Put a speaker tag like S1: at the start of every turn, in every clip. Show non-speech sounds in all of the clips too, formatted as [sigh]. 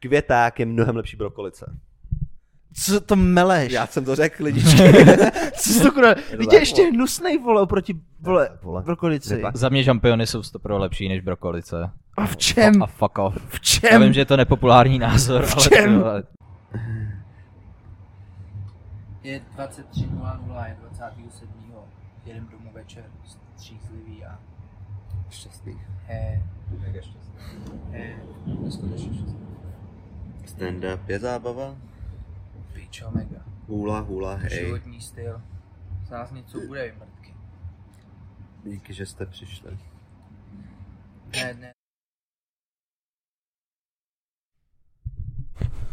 S1: květák je mnohem lepší brokolice.
S2: Co to meleš?
S1: Já jsem to řekl,
S2: [laughs]
S1: lidičky.
S2: Co jsi
S1: [laughs]
S2: to kurva?
S1: to
S2: Teď
S1: tak,
S2: je ještě hnusnej vole oproti vole,
S1: tak, vole.
S2: brokolici.
S1: Řepak.
S3: Za mě žampiony jsou stopro lepší než brokolice.
S2: A v čem?
S3: A fuck off.
S2: V
S3: Já vím,
S2: čem?
S3: že je to nepopulární názor,
S2: V
S3: ale
S2: čem?
S3: ty vole,
S4: Je 23.00, je 27. Jedem domů večer, střízlivý a
S5: Šťastný.
S4: he,
S5: Mega šťastný.
S4: he,
S5: Neskutečně šťastný. Stand-up je zábava.
S4: pičo mega.
S5: Hula, hula, hej.
S4: Životní styl. Z nás něco bude vymrtky.
S5: Díky, že jste přišli.
S4: Ne, ne,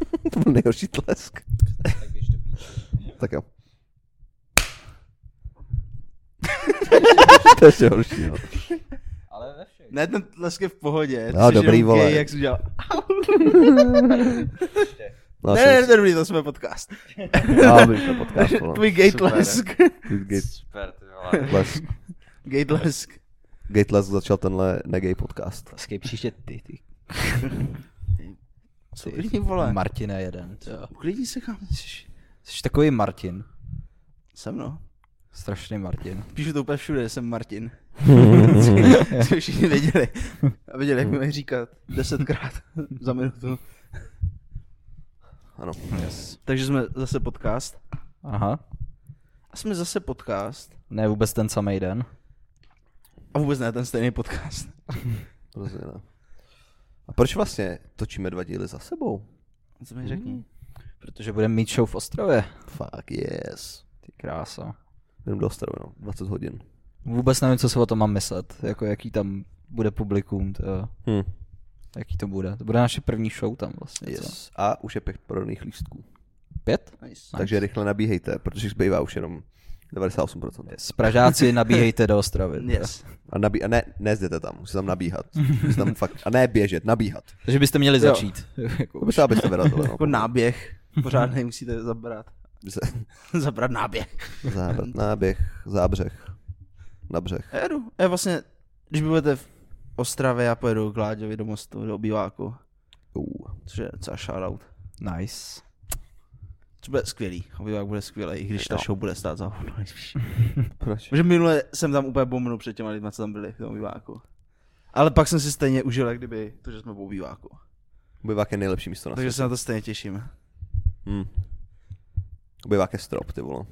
S1: [laughs] to byl nejhorší
S2: [laughs]
S1: tlesk. tak jo. [laughs] to je ještě horší, no.
S3: Ale ve všech.
S2: Ne, ten tlesk je v pohodě.
S1: No,
S2: Jsi
S1: dobrý,
S2: jenom
S1: vole.
S2: gay, jak jsi udělal.
S1: No,
S2: Ne, ne, ne, dobrý, to jsme podcast.
S1: Já bych to podcast, [laughs] no. vole.
S2: Tvůj gay [laughs]
S3: Super.
S2: tlesk.
S1: Good gay
S3: Super, ty vole.
S1: Tlesk.
S2: Gay tlesk.
S1: Gay tlesk začal tenhle negay podcast.
S3: Skej příště ty, ty.
S2: Co lidi, vole?
S3: Martine jeden.
S2: Jo. Uklidni se, kam jsi.
S3: Jsi takový Martin.
S2: Se mnou.
S3: Strašný Martin.
S2: no. Píšu to úplně všude, jsem Martin.
S1: Mm.
S2: [laughs] Co všichni věděli. A věděli, jak mi mají říkat. Desetkrát [laughs] za minutu.
S1: [laughs] Ano.
S3: Yes.
S2: Takže jsme zase podcast.
S3: Aha.
S2: A jsme zase podcast.
S3: Ne vůbec ten samý den.
S2: A vůbec ne ten stejný podcast.
S1: Rozhodně ne. A proč vlastně točíme dva díly za sebou?
S2: Co mi řekni?
S3: Protože budeme mít show v Ostrově.
S1: Fuck yes.
S3: Ty krása.
S1: Jdem do Ostravy, no. 20 hodin.
S3: Vůbec nevím, co se o tom mám myslet. Jako jaký tam bude publikum. To,
S1: Hm.
S3: jaký to bude. To bude naše první show tam vlastně. co?
S1: Yes. A už je pět prodaných lístků.
S3: Pět?
S2: Nice.
S1: Takže rychle nabíhejte, protože jich zbývá už jenom 98%.
S3: Yes. Pražáci nabíhejte do Ostravy.
S2: Yes. Jako
S1: A, nabí- a ne, nezděte tam, musíte tam nabíhat. Musíte tam fakt, a ne běžet, nabíhat.
S3: Takže byste měli
S2: Jo.
S3: začít. Jako
S1: To
S3: už.
S1: by se abyste vyrazili.
S2: Jako náběh. Pořádný musíte zabrat.
S1: Z-
S2: Mhm. [laughs] zabrat náběh.
S1: Zábrat, náběh, zábřeh, na břeh.
S2: A jedu. A vlastně, když budete v Ostravě, já pojedu k Láďovi do mostu, do obýváku.
S1: Uu.
S2: Což je docela shoutout.
S3: Nice.
S2: Což bude skvělý. Obývák bude skvělý, i když ta show bude stát za hovno. nejspíš.
S1: Proč?
S2: Protože minule jsem tam úplně bomnul před těma lidma, co tam byli v tom obýváku. Ale pak jsem si stejně užil, jak kdyby to, že jsme v obýváku.
S1: Obyvák je nejlepší místo na
S2: Takže
S1: světě.
S2: se na to stejně těším.
S1: Hm. Obyvák je strop, ty vole.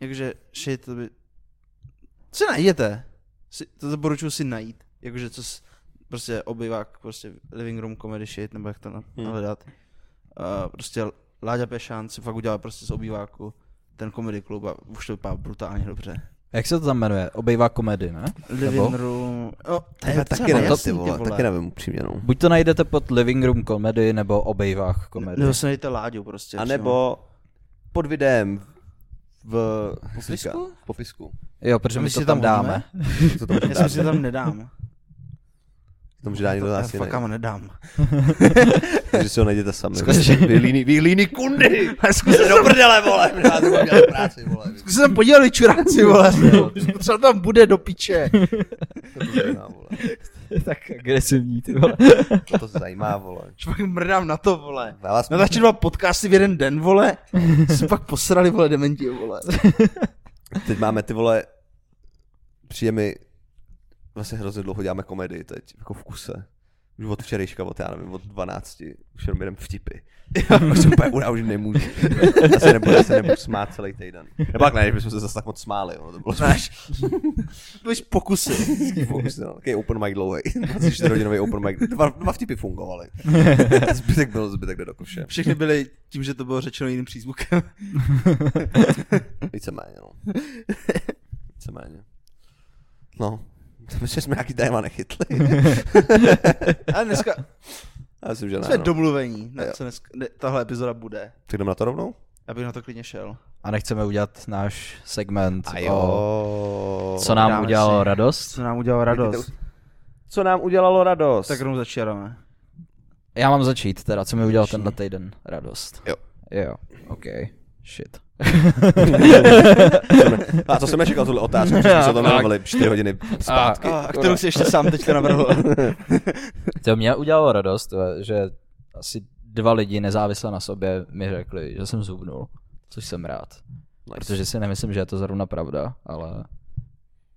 S2: Jakože, shit, to by... Co najděte? Si, to doporučuji si najít. Jakože, co s, prostě obyvák, prostě living room comedy shit, nebo jak to na-
S1: Hmm.
S2: nahledat. A prostě Láďa Pešán si fakt udělal prostě z obýváku ten comedy klub a už to vypadá brutálně dobře.
S3: Jak se to tam jmenuje? Obejvá komedy, ne?
S2: Living Nebo? room... No, to
S1: Já
S2: je
S1: taky nevím, ty vole, taky
S2: ne.
S1: nevím upřímně, no.
S3: Buď to najdete pod Living Room Comedy nebo Obejvách Comedy.
S2: Nebo se No, najdete Láďu prostě.
S1: A
S2: přímo.
S1: nebo pod videem v
S2: popisku?
S1: v popisku.
S3: Jo, protože
S2: A
S3: my
S2: my si
S3: to
S2: tam
S3: tam dáme. [laughs]
S1: Co to tam
S2: Já si myslím, že tam nedám.
S1: To může dát někdo
S2: já
S1: nás
S2: fakt
S1: jiný.
S2: kam [laughs] nedám.
S1: Takže si ho najděte sami.
S3: Skutečně.
S1: Vy líný, vy [laughs] líný kundy!
S2: Zkus se
S1: Do prdele, vole! Já jsem měl práci, vole.
S2: Zkus se tam podívali čuráci,
S3: [laughs]
S2: vole.
S3: No,
S2: Co tam bude do piče? [laughs]
S1: To to zajímá, vole.
S3: tak agresivní, ty vole.
S1: To to zajímá, vole.
S2: Že pak mrdám na to, vole.
S1: Já vás
S2: Natáčet No dva podcasty v jeden den, vole. Se pak posrali, vole, dementi, vole.
S1: Teď máme ty vole, přijde mi, vlastně hrozně dlouho děláme komedii teď, jako v kuse. Už od včerejška, od já nevím, od 12, už jenom jeden vtipy. [laughs] už jsem úplně ura, už nemůžu. Já se nebudu, já se nebudu smát celý týden. Nebo tak ne, že bychom se zase tak moc smáli, ono to bylo
S2: Znáš? To byš pokusy.
S1: spíš fokus, no. Takový open mic [laughs] dlouhý, 24 hodinový open mic, dva, dva vtipy fungovaly. Zbytek byl, zbytek jde do koše.
S2: Všechny byly tím, že to bylo řečeno jiným přízvukem.
S1: Víceméně, no. Víceméně. No, myslím, že jsme nějaký téma nechytli.
S2: Ale dneska
S1: Já myslím, že ne.
S2: jsme
S1: no.
S2: domluvení, na
S1: Jo.
S2: co dneska, ne, tahle epizoda bude.
S1: Tak jdem na to rovnou?
S2: Já bych na to klidně šel.
S3: A nechceme udělat náš segment o
S1: O,
S3: co nám
S2: Dáme
S3: udělalo
S2: si-
S3: radost.
S2: nám udělal
S1: radost? Co nám udělalo radost?
S2: Tak rovnou začínáme.
S3: Já mám začít teda, co mi udělal tenhle týden radost.
S1: Jo.
S3: Jo, ok. Shit.
S1: A to jsem nečekal tuhle otázku, protože jsme se
S2: [laughs]
S1: to mluvili 4 hodiny zpátky.
S2: A, kterou si ještě sám teďka navrhl.
S3: To mě udělalo radost, eh, že asi dva lidi nezávisle na sobě mi řekli, že jsem zubnul, což jsem rád.
S1: Nice.
S3: Protože si nemyslím, že je to zrovna pravda, ale,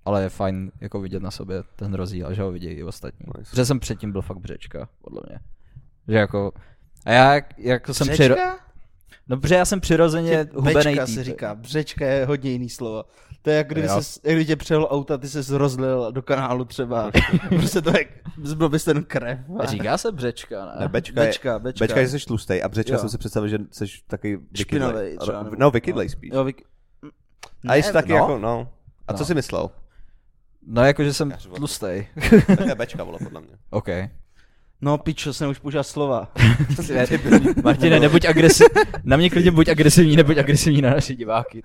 S3: ale je fajn jako vidět na sobě ten rozdíl a že ho vidějí i ostatní.
S1: Nice.
S3: Protože jsem předtím byl fakt břečka, podle mě. Že jako, a já jak- jako [laughs] jsem přiro... No protože já jsem přirozeně hubenej
S2: Bečka se
S3: týpek.
S2: říká, břečka je hodně jiný slovo. To je jak kdyby,
S3: Jo.
S2: ses, jak kdyby tě přel auta, ty se rozlil do kanálu třeba. [laughs] prostě to je, zbyl bys ten krev.
S3: Říká se břečka, ne?
S1: Ne, bečka, je-
S2: Bečka, bečka.
S1: bečka, že jsi tlustej a břečka
S2: Jo.
S1: jsem si představil, že jsi taky
S2: Špinavej
S1: vykydlej.
S2: třeba, nebo-
S1: No, vykydlej spíš.
S2: Jo, vy...
S1: A jsi taky
S3: no.
S1: jako, no. A co
S3: No.
S1: jsi myslel?
S3: No jako, že jsem
S1: Já život.
S3: tlustej.
S1: Tak to je bečka, vole, podle
S3: [laughs]
S1: mě.
S3: OK.
S2: No pičo, jsem už použil slova.
S3: Martine, nebuď agresivní.
S1: [laughs]
S3: Na mě klidně buď agresivní, nebuď agresivní na naše diváky.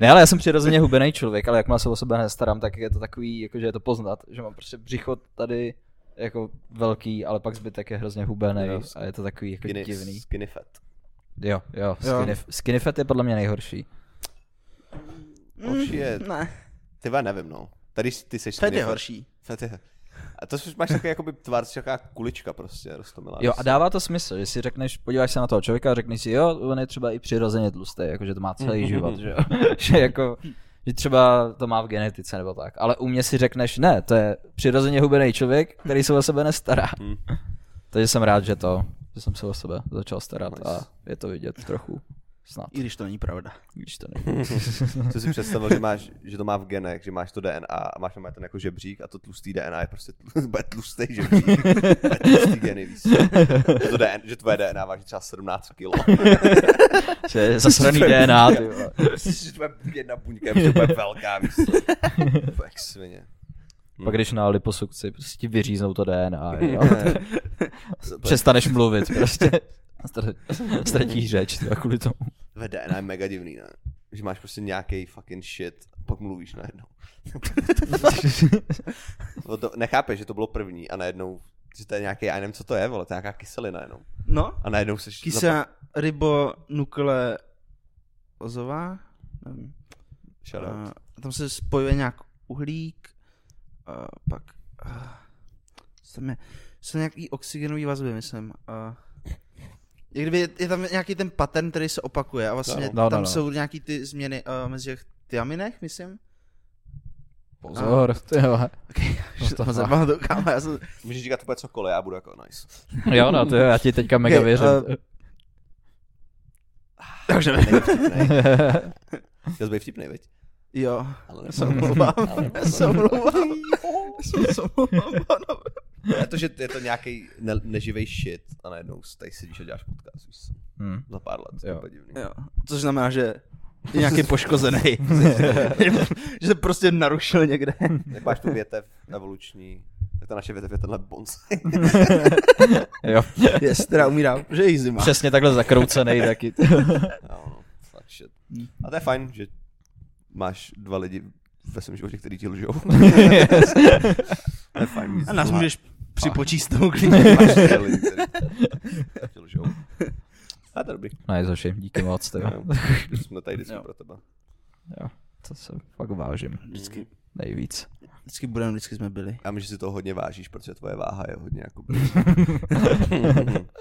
S3: ne, ale já jsem přirozeně hubený člověk, ale jakmile se o sebe nestarám, tak je to takový, jakože je to poznat, že mám prostě břicho tady jako velký, ale pak zbytek je hrozně hubený
S1: Jo,
S3: a je to takový jako
S1: Skinny,
S3: divný.
S1: skinny fat.
S3: Jo, jo, skinny,
S2: Jo.
S3: skinny fat je podle mě nejhorší.
S2: Mm.
S1: Oh shit.
S2: [laughs] Ne,
S1: Ty vole, nevím, no. Tady jsi- ty jsi
S2: to
S1: skinny
S2: No. je
S1: fat.
S2: horší.
S1: Fat je- A to už máš takový jakoby tvar, jsi taková kulička prostě, rostomilá.
S3: Jo, a dává to smysl, že si řekneš, podíváš se na toho člověka a řekneš si, jo, on je třeba i přirozeně tlustý, jakože to má celý život, že jo. že jako, že třeba to má v genetice nebo tak. Ale u mě si řekneš, ne, to je přirozeně hubený člověk, který se o sebe nestará.
S1: Hmm.
S3: Takže jsem rád, že to, že jsem se o sebe začal starat
S1: Nice.
S3: a je to vidět trochu. Snad,
S2: I když to není pravda.
S3: když to není.
S1: Co si představil, že, máš, že to má v genech, že máš to DNA a máš tam ten jako žebřík a to tlustý DNA je prostě tl- [laughs] bude tlustý žebřík. Bude tlustý geny, víš. co. Že, to DNA, že tvoje DNA váží třeba 17 kilo.
S3: Že je zasraný DNA, ty vole.
S1: Že tvoje jedna buňka je prostě úplně velká, víš. co. Úplně Jak svině.
S3: Pak když na liposukci, prostě ti vyříznou to DNA, jo.
S1: To- to je-
S3: Přestaneš mluvit, prostě. Ztr- Ztratíš řeč, ty vole, kvůli tomu.
S1: Tvoje DNA je mega divný, ne? Že máš prostě nějaký fucking shit, pak mluvíš najednou. No to, nechápeš, že to bylo první a najednou, že to je nějaký, já nevím, co to je, vole, to je nějaká kyselina jenom.
S2: No,
S1: A najednou seš... zap-
S2: kysa rybo nukle ozová. Nevím.
S1: Shut up.
S2: A tam se spojuje nějak uhlík, a pak a, tam je, jsou nějaký oxigenový vazby, myslím. A, jak kdyby je, je tam nějaký ten pattern, který se opakuje a vlastně
S1: No,
S3: no,
S2: tam
S3: no.
S2: jsou nějaký ty změny a, mezi těch tyaminech, myslím.
S3: Pozor, ty jo.
S2: No
S3: to
S2: to
S3: fakt.
S2: zabavá do káma, já jsem...
S1: Můžeš říkat úplně cokoliv, já budu jako nice.
S3: Jo, no, to jo, já ti teďka mega
S2: Ok,
S3: věřím.
S2: eh,
S1: Takže ne.
S3: eh,
S1: Chtěl jsi být vtipnej, viď?
S2: Jo,
S1: Ale
S2: já se omlouvám, já se omlouvám. Já se omlouvám, pánové.
S1: Je to, že je to nějaký ne- neživej shit a najednou tady sedíš a děláš podcast už
S3: Hm.
S1: za pár let.
S3: Jo.
S1: Jo. Divný.
S2: Hmm. Jo, což znamená, že je nějaký poškozený. [laughs] že se prostě narušil někde.
S1: Jak máš tu větev evoluční, tak ta naše větev je tenhle bonsai.
S3: [laughs] Jo.
S2: Jest, [laughs] teda umírá, že je jí zima.
S3: Přesně takhle zakroucený taky.
S1: jo, no, fuck shit.
S2: Hmm.
S1: A to je fajn, že máš dva lidi ve svém životě, který ti lžou. to je fajn.
S2: A nás
S1: Má-
S2: můžeš připočíst tomu
S1: máš dva lidi, který ti lžou. A to je dobrý.
S3: Nice, hoši, No, díky moc, ty.
S1: Jo. Jsme tady vždycky
S2: Jo.
S1: pro tebe.
S3: To se fakt vážím.
S2: Vždycky,
S3: Nejvíc.
S2: vždycky budeme, vždycky jsme byli.
S1: Já myslím, že si toho hodně vážíš, protože tvoje váha je hodně jako...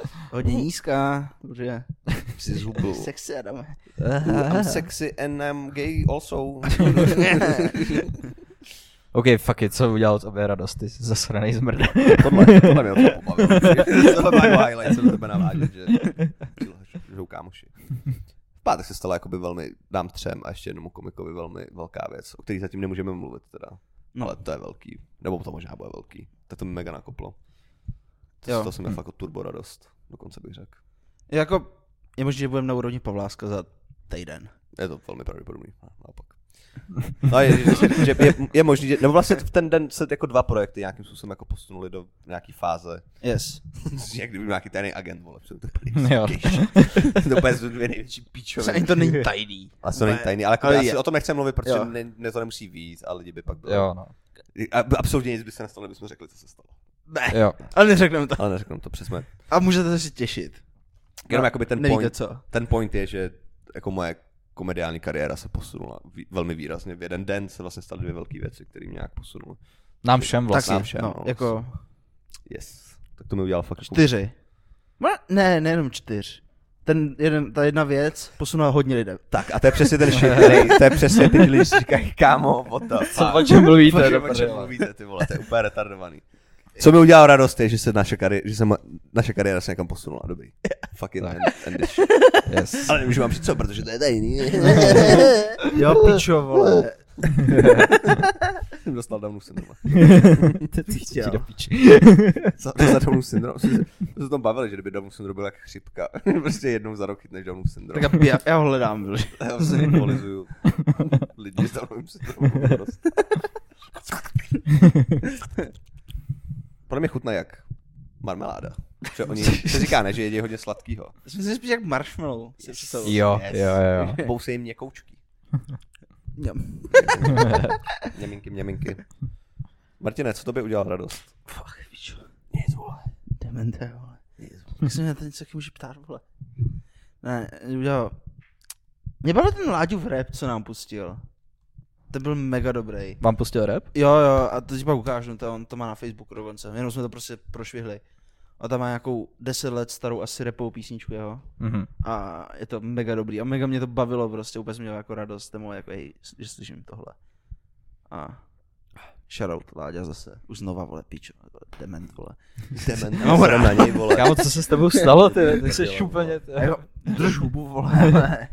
S2: [laughs] Hodně nízká, že
S1: Jsi zhubl.
S2: sexy Adame.
S1: I'm sexy and I'm gay also.
S3: OK, fuck it, co udělal z obě radost, ty jsi zasranej zmrde.
S1: tohle, tohle mě to
S2: [laughs]
S1: pobavilo. tohle byl jako highlight, jsem do tebe navádět, že žijou kámoši. V pátek se stala jakoby velmi, dám třem a ještě jednomu komikovi velmi velká věc, o který zatím nemůžeme mluvit teda.
S2: No.
S1: Ale to je velký. Nebo to možná bude velký. Tak to mi mega nakoplo. To,
S2: Jo.
S1: to jsem měl fakt jako turbo radost. Dokonce bych řekl.
S2: Jako, je možné, že budeme na úrovni Pavláska za týden.
S1: Je to velmi pravděpodobný, a
S2: [laughs]
S1: naopak. No, je, že, že je, je možný, že, nebo vlastně v ten den se jako dva projekty nějakým způsobem jako posunuli do nějaký fáze.
S2: Yes.
S1: Jak kdyby byl nějaký tajný agent, vole, přijel to
S3: Jo.
S1: [laughs] To úplně jsou dvě největší píčové.
S2: Ani to není tajný.
S1: A to není tajný, ale, jako
S2: Ale
S1: já si
S2: je.
S1: o tom nechci mluvit, protože
S2: Jo.
S1: ne, ne, to nemusí víc a lidi by pak byli.
S3: Jo, no.
S1: A, absolutně nic by se nestalo, kdybychom řekli, co se stalo.
S2: Ne,
S3: Jo.
S2: ale neřekneme to.
S1: Ale neřeknu to přesně.
S2: A můžete se těšit.
S1: Jenom
S2: No,
S1: jakoby ten
S2: nevíte
S1: point,
S2: co.
S1: ten point je, že jako moje komediální kariéra se posunula vý- velmi výrazně. V jeden den se vlastně staly dvě velké věci, které mě nějak posunuly.
S3: Nám všem
S1: Tak
S3: vlastně.
S1: nám všem.
S2: no,
S1: no.
S2: jako,
S1: Yes. Tak to mi udělal fakt jako
S2: Čtyři. Ma, ne, nejenom čtyř. Ten jeden, ta jedna věc posunula hodně lidem.
S1: Tak a to je přesně ten shit, který, to je přesně ty lidi si říkají, kámo, what the fuck.
S3: Co, o čem mluvíte,
S1: O čem,
S3: do
S1: o čem
S3: prdele?
S1: mluvíte, ty vole, to je úplně retardovaný. Co mi udělalo radost je, že se naše, kari- že se ma- naše kariéra se někam posunula, dobrý. Fucking end, end this shit.
S3: Yes.
S1: Ale nemůžu vám říct co, protože to je tajný.
S2: [laughs] Jo, pičo, vole.
S1: jsem [laughs] dostal Downův syndrom.
S3: Ty do piči.
S1: Co to za Downův syndrom? Jsme se, jsme se o tom bavili, že kdyby Downův syndrom byl jak chřipka. [laughs] prostě jednou za rok chytneš Downův syndrom.
S2: Tak já, já, já ho hledám, byl.
S1: Já se [laughs] symbolizuju lidi s Downovým syndromem. Prostě. Podle mě chutná jak marmeláda. Že oni se říká, ne, že jedí hodně sladkýho.
S2: Jsme si spíš jak marshmallow. si představuju.
S3: Jo, jo,
S1: [laughs]
S3: jo.
S1: Bou se jim měkoučky.
S2: Jo.
S1: Měminky, měminky. Martine, co tobě udělal radost?
S2: Fuck, pičo. Nic, vole. Demente, vole. Jak se mě na to něco taky může ptát, vole. Ne, udělal. Mě bavil ten Láďův rap, co nám pustil. To byl mega dobrý.
S3: Vám pustil rap?
S2: Jo, jo, a to ti pak ukážu, no to, on to má na Facebooku dokonce, jenom jsme to prostě prošvihli. A tam má nějakou 10 let starou asi repovou písničku jeho.
S3: Mhm.
S2: A je to mega dobrý. A mega mě to bavilo prostě, úplně jsem měl jako radost, ten můj jako, hej, že slyším tohle. A shoutout Láďa zase, už znova vole, pičo, vole, dement vole.
S1: Demen, mám na něj, vole.
S3: Kámo, co se s tebou stalo, ty? Ty jsi úplně... ty-
S2: A jako, drž hubu vole, ale-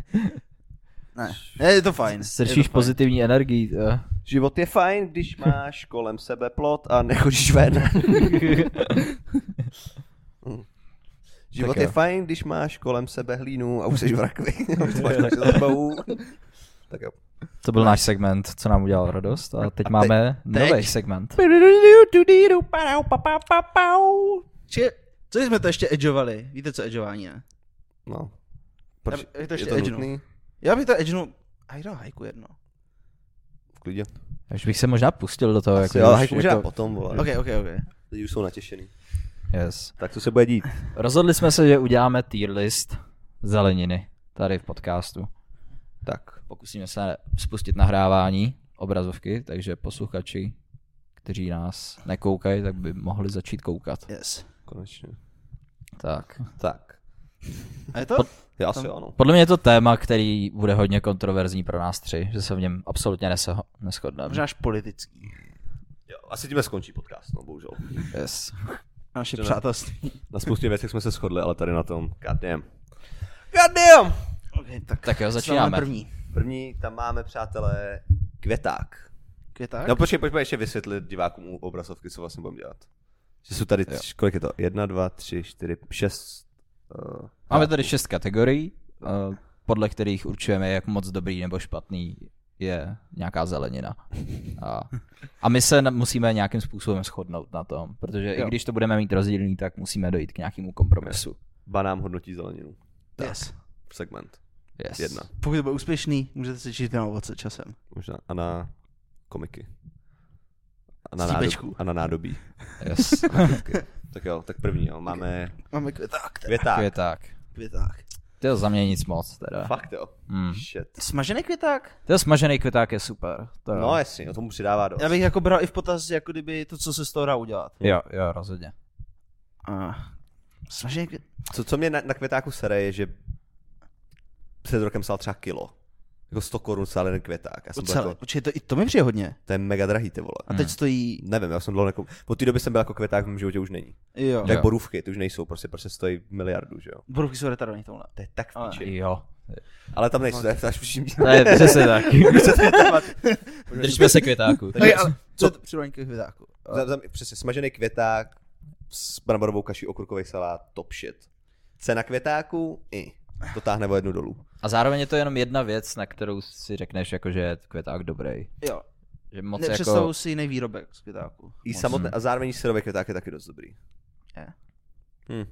S2: Ne, ne, je to fajn. je
S3: Sršíš
S2: to fajn.
S3: pozitivní energii. eh. ty.
S1: Život je fajn, když máš kolem sebe plot a nechodíš ven. Život
S3: Tak
S1: je
S3: jo.
S1: fajn, když máš kolem sebe hlínu a už jsi v rakvi. Už to máš naše zabavu. Tak jo.
S3: To byl náš segment, co nám udělal radost. A teď
S1: te-
S3: máme
S2: teď?
S3: nový segment.
S2: Či, co jsme to ještě edžovali? Víte, co edžování je?
S1: No. Proč?
S2: Já- já to ještě
S1: je to
S2: edgenu.
S1: nutný?
S2: Já bych to edžnul, a jde hajku jedno.
S1: V klidě.
S3: Až bych se možná pustil do toho.
S1: Asi,
S3: Jako,
S1: jo,
S3: už
S1: hajku může dát
S3: jako,
S1: potom, vole.
S2: Ok, ok, ok.
S1: Lidi už jsou natěšený.
S3: yes.
S1: Tak co se bude [laughs] dít?
S3: Rozhodli jsme se, že uděláme tier list zeleniny tady v podcastu.
S1: Tak.
S3: Pokusíme se spustit nahrávání obrazovky, takže posluchači, kteří nás nekoukají, tak by mohli začít koukat.
S2: Yes.
S1: Konečně.
S3: Tak.
S1: Tak.
S2: A je to?
S1: Já asi ano.
S3: Podle mě je to téma, který bude hodně kontroverzní pro nás tři, že se v něm absolutně neso- neschodneme.
S2: Možná až politický.
S1: Jo, asi tím skončí podcast, no bohužel.
S3: Yes.
S2: Naše
S1: Dobře.
S2: přátelství.
S1: Na spoustě věcech jsme se shodli, ale tady na tom. God damn.
S2: Okay, tak,
S3: Tak jo,
S2: co
S3: začínáme.
S2: máme první.
S1: První tam máme, přátelé, květák.
S2: Květák?
S1: No počkej, pojďme ještě vysvětlit divákům u obrazovky, co vlastně budeme dělat. Že jsou tady, tři, kolik je to? Jedna, dva, tři, čtyři, šest. Uh,
S3: Máme tady šest kategorií, eh, podle kterých určujeme, jak moc dobrý nebo špatný je nějaká zelenina. A, a my se na- musíme nějakým způsobem shodnout na tom, protože jo. i
S2: Jo.
S3: když to budeme mít rozdílný, tak musíme dojít k nějakému kompromisu.
S1: banám hodnotí zeleninu.
S2: tak. Yes.
S1: Segment.
S3: Yes.
S1: Jedna.
S2: Pokud bude úspěšný, můžete si číst na ovoce časem.
S1: Možná. A na komiky. A na,
S2: Střípečku.
S1: nádobí. A na nádobí.
S3: [laughs] Yes.
S1: Tak jo, tak první, jo. Máme
S2: Máme květák, teda.
S1: květák.
S3: Je tak.
S2: květák.
S3: To je za mě nic moc teda.
S1: Fakt jo.
S3: Mm.
S1: Shit.
S2: Smažený květák?
S3: To je smažený květák je super. To jo.
S1: No jasně, jo, tomu přidává dost.
S2: Já bych jako bral i v potaz, jako kdyby to, co se z toho dá udělat.
S3: jo, jo, rozhodně.
S2: A smažený květák?
S1: Co, co mě na, na květáku sere je, že před rokem stál třeba kilo. Jako 100 korun stál jeden květák. Já jsem byl
S2: Ocele.
S1: jako,
S2: Počkej, to, i to mi přijde hodně.
S1: to je mega drahý, ty vole.
S2: A teď stojí,
S1: Nevím, já jsem dlouho nekou... Po té době jsem byl jako květák, v mém životě už není.
S2: jo.
S1: Tak borůvky, ty už nejsou, prostě, prostě stojí miliardu, že jo.
S2: Borůvky jsou retardovaný v tomhle.
S1: To je tak v
S2: Ale-
S1: piči.
S3: Jo.
S1: Ale tam nejsou, to je to až vším
S3: To je [laughs] přesně tak.
S1: Pojďme
S3: [laughs] Držme se květáku.
S2: Ej, ale co? To přirovnání k květáku.
S1: si- za- za- Přesně, smažený květák s bramborovou kaší, okurkový salát, top shit. Cena květáku, i. To táhne o jednu dolů.
S3: A zároveň je to jenom jedna věc, na kterou si řekneš, jako, že je květák dobrý.
S2: Jo,
S3: Že moc
S2: nepředstavuju
S3: jako...
S2: si jiný výrobek z květáku.
S1: I samotné, a zároveň syrový květák je taky dost dobrý.
S2: Je.
S1: Hm.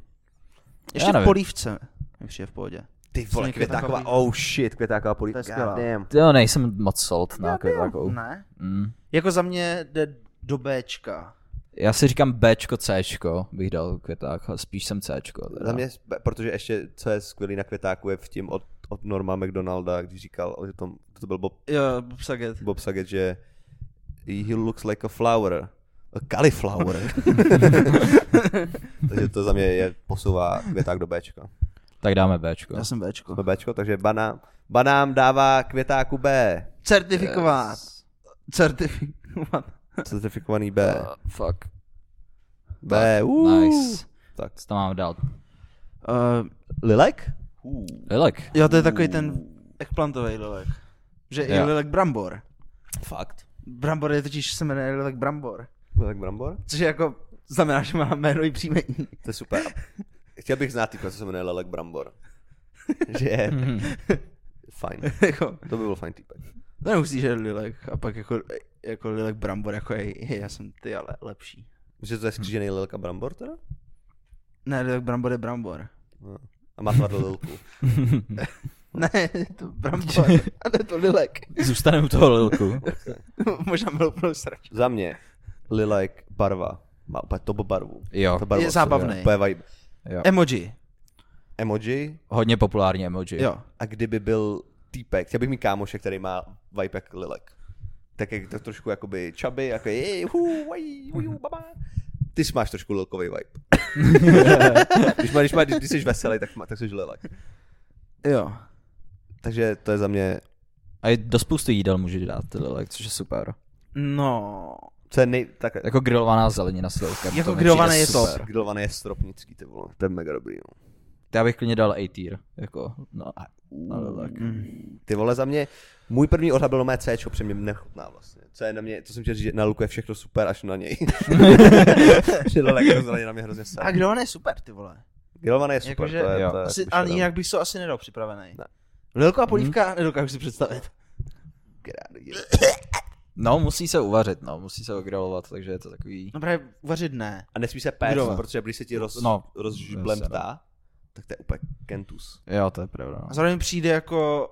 S2: Ještě v
S3: nevím.
S2: polívce mi přijde v pohodě.
S1: Ty vole,
S2: Smažený
S1: květáková,
S2: květákový-
S1: oh shit, květáková polí.
S2: To je skvělá.
S3: Jo, nejsem moc sold na květákou.
S2: Ne?
S3: Mm.
S2: Jako za mě jde do Bčka.
S3: Já si říkám Bčko, Cčko bych dal květák, ale spíš jsem Cčko. Teda.
S1: Za mě, protože ještě, co je skvělý na květáku, je v tím od, od Norma McDonalda, když říkal, o tom, to byl Bob
S2: Jo, Saget.
S1: Bob Saget, že he looks like a flower, Cauliflower. [laughs] takže to za mě je posouvá květák do Bčka.
S3: Tak dáme Bčko.
S2: Já jsem Bčko.
S1: Do Bčko, takže banám, banám dává květáku B.
S2: Certifikovat. Certifikovat.
S1: Certifikovaný B.
S3: Uh, fuck.
S1: B, uh.
S3: Nice.
S1: Tak.
S3: Co tam mám dál?
S2: Uh,
S1: Lilek?
S3: Lilek.
S2: jo, to je takový ten ekplantový lilek. Že je
S3: Jo.
S2: lilek brambor.
S1: Fakt.
S2: Brambor je totiž se jmenuje lilek brambor.
S1: Lilek brambor?
S2: Což je jako znamená, že má jméno i příjmení. [laughs]
S1: To je super. Chtěl bych znát týka, co se jmenuje Lelek Brambor. [laughs] že je
S3: Mhm.
S1: fajn.
S2: jako,
S1: To by byl fajn týpek.
S2: to nemusíš že lilek a pak jako, jako lilek brambor, jako je, je, já jsem ty, ale lepší.
S1: Že to je skřížený Lelek a Brambor teda?
S2: Ne, lilek brambor je brambor.
S1: No. A má tvar do Lilku.
S2: Ne, je to [laughs] brambor, a ne to lilek.
S3: Zůstane u
S1: [laughs]
S3: toho Lilku.
S2: Možná byl úplnou srač.
S1: Za mě Lilek barva. Má úplně top barvu.
S3: Jo.
S1: Ta barva
S2: Je
S1: se-
S2: zábavnej.
S1: Úplně vibe.
S3: jo.
S2: Emoji,
S1: Emoji.
S3: Hodně populární emoji.
S2: jo.
S1: A kdyby byl týpek, chtěl bych mít kámoše, který má vibe jak Lilek. Tak jak to trošku jakoby chubby, jako je, hu, uaj, uju, baba. Ty jsi máš trošku lilkový vibe. když, má, když, má, když, když jsi veselý, tak, má, tak jsi lilek.
S2: Jo.
S1: Takže to je za mě,
S3: A i do spousty jídel může dát ty Lilek, což je super.
S2: No,
S1: co je nej, tak, jako,
S3: Jako grilovaná zelenina s Lilkem.
S2: Jako
S3: to mi
S2: grilované
S3: přijde
S2: je top.
S3: super.
S1: grilovaný je stropnický, ty vole, to je mega dobrý. No.
S3: Já bych klidně dal A-tier. Jako, no, na Lilek.
S1: Ty vole, za mě, můj první odhad byl na mé C, protože mě nechutná vlastně. Co je na mě, to jsem chtěl říct, že na Luku je všechno super až na něj. že lilek rozhodně na mě hrozně se.
S2: A kdo on je super, ty vole.
S1: Grilované je super,
S2: Jakože-
S1: to je,
S3: Jo.
S1: to je
S2: Asi,
S1: jako
S2: ale
S1: šedá.
S2: jinak bych to asi nedal připravený.
S1: Ne.
S2: Lilko a polívka hmm. nedokážu si představit.
S3: No, musí se uvařit, no, musí se ogrilovat, takže je to takový...
S2: No právě uvařit ne.
S1: A nesmí se péct,
S2: Kdo?
S1: protože když se ti roz, no,
S3: No,
S1: rozžblemtá, tak to je úplně kentus.
S3: Jo, to je pravda. no.
S2: A zároveň přijde jako,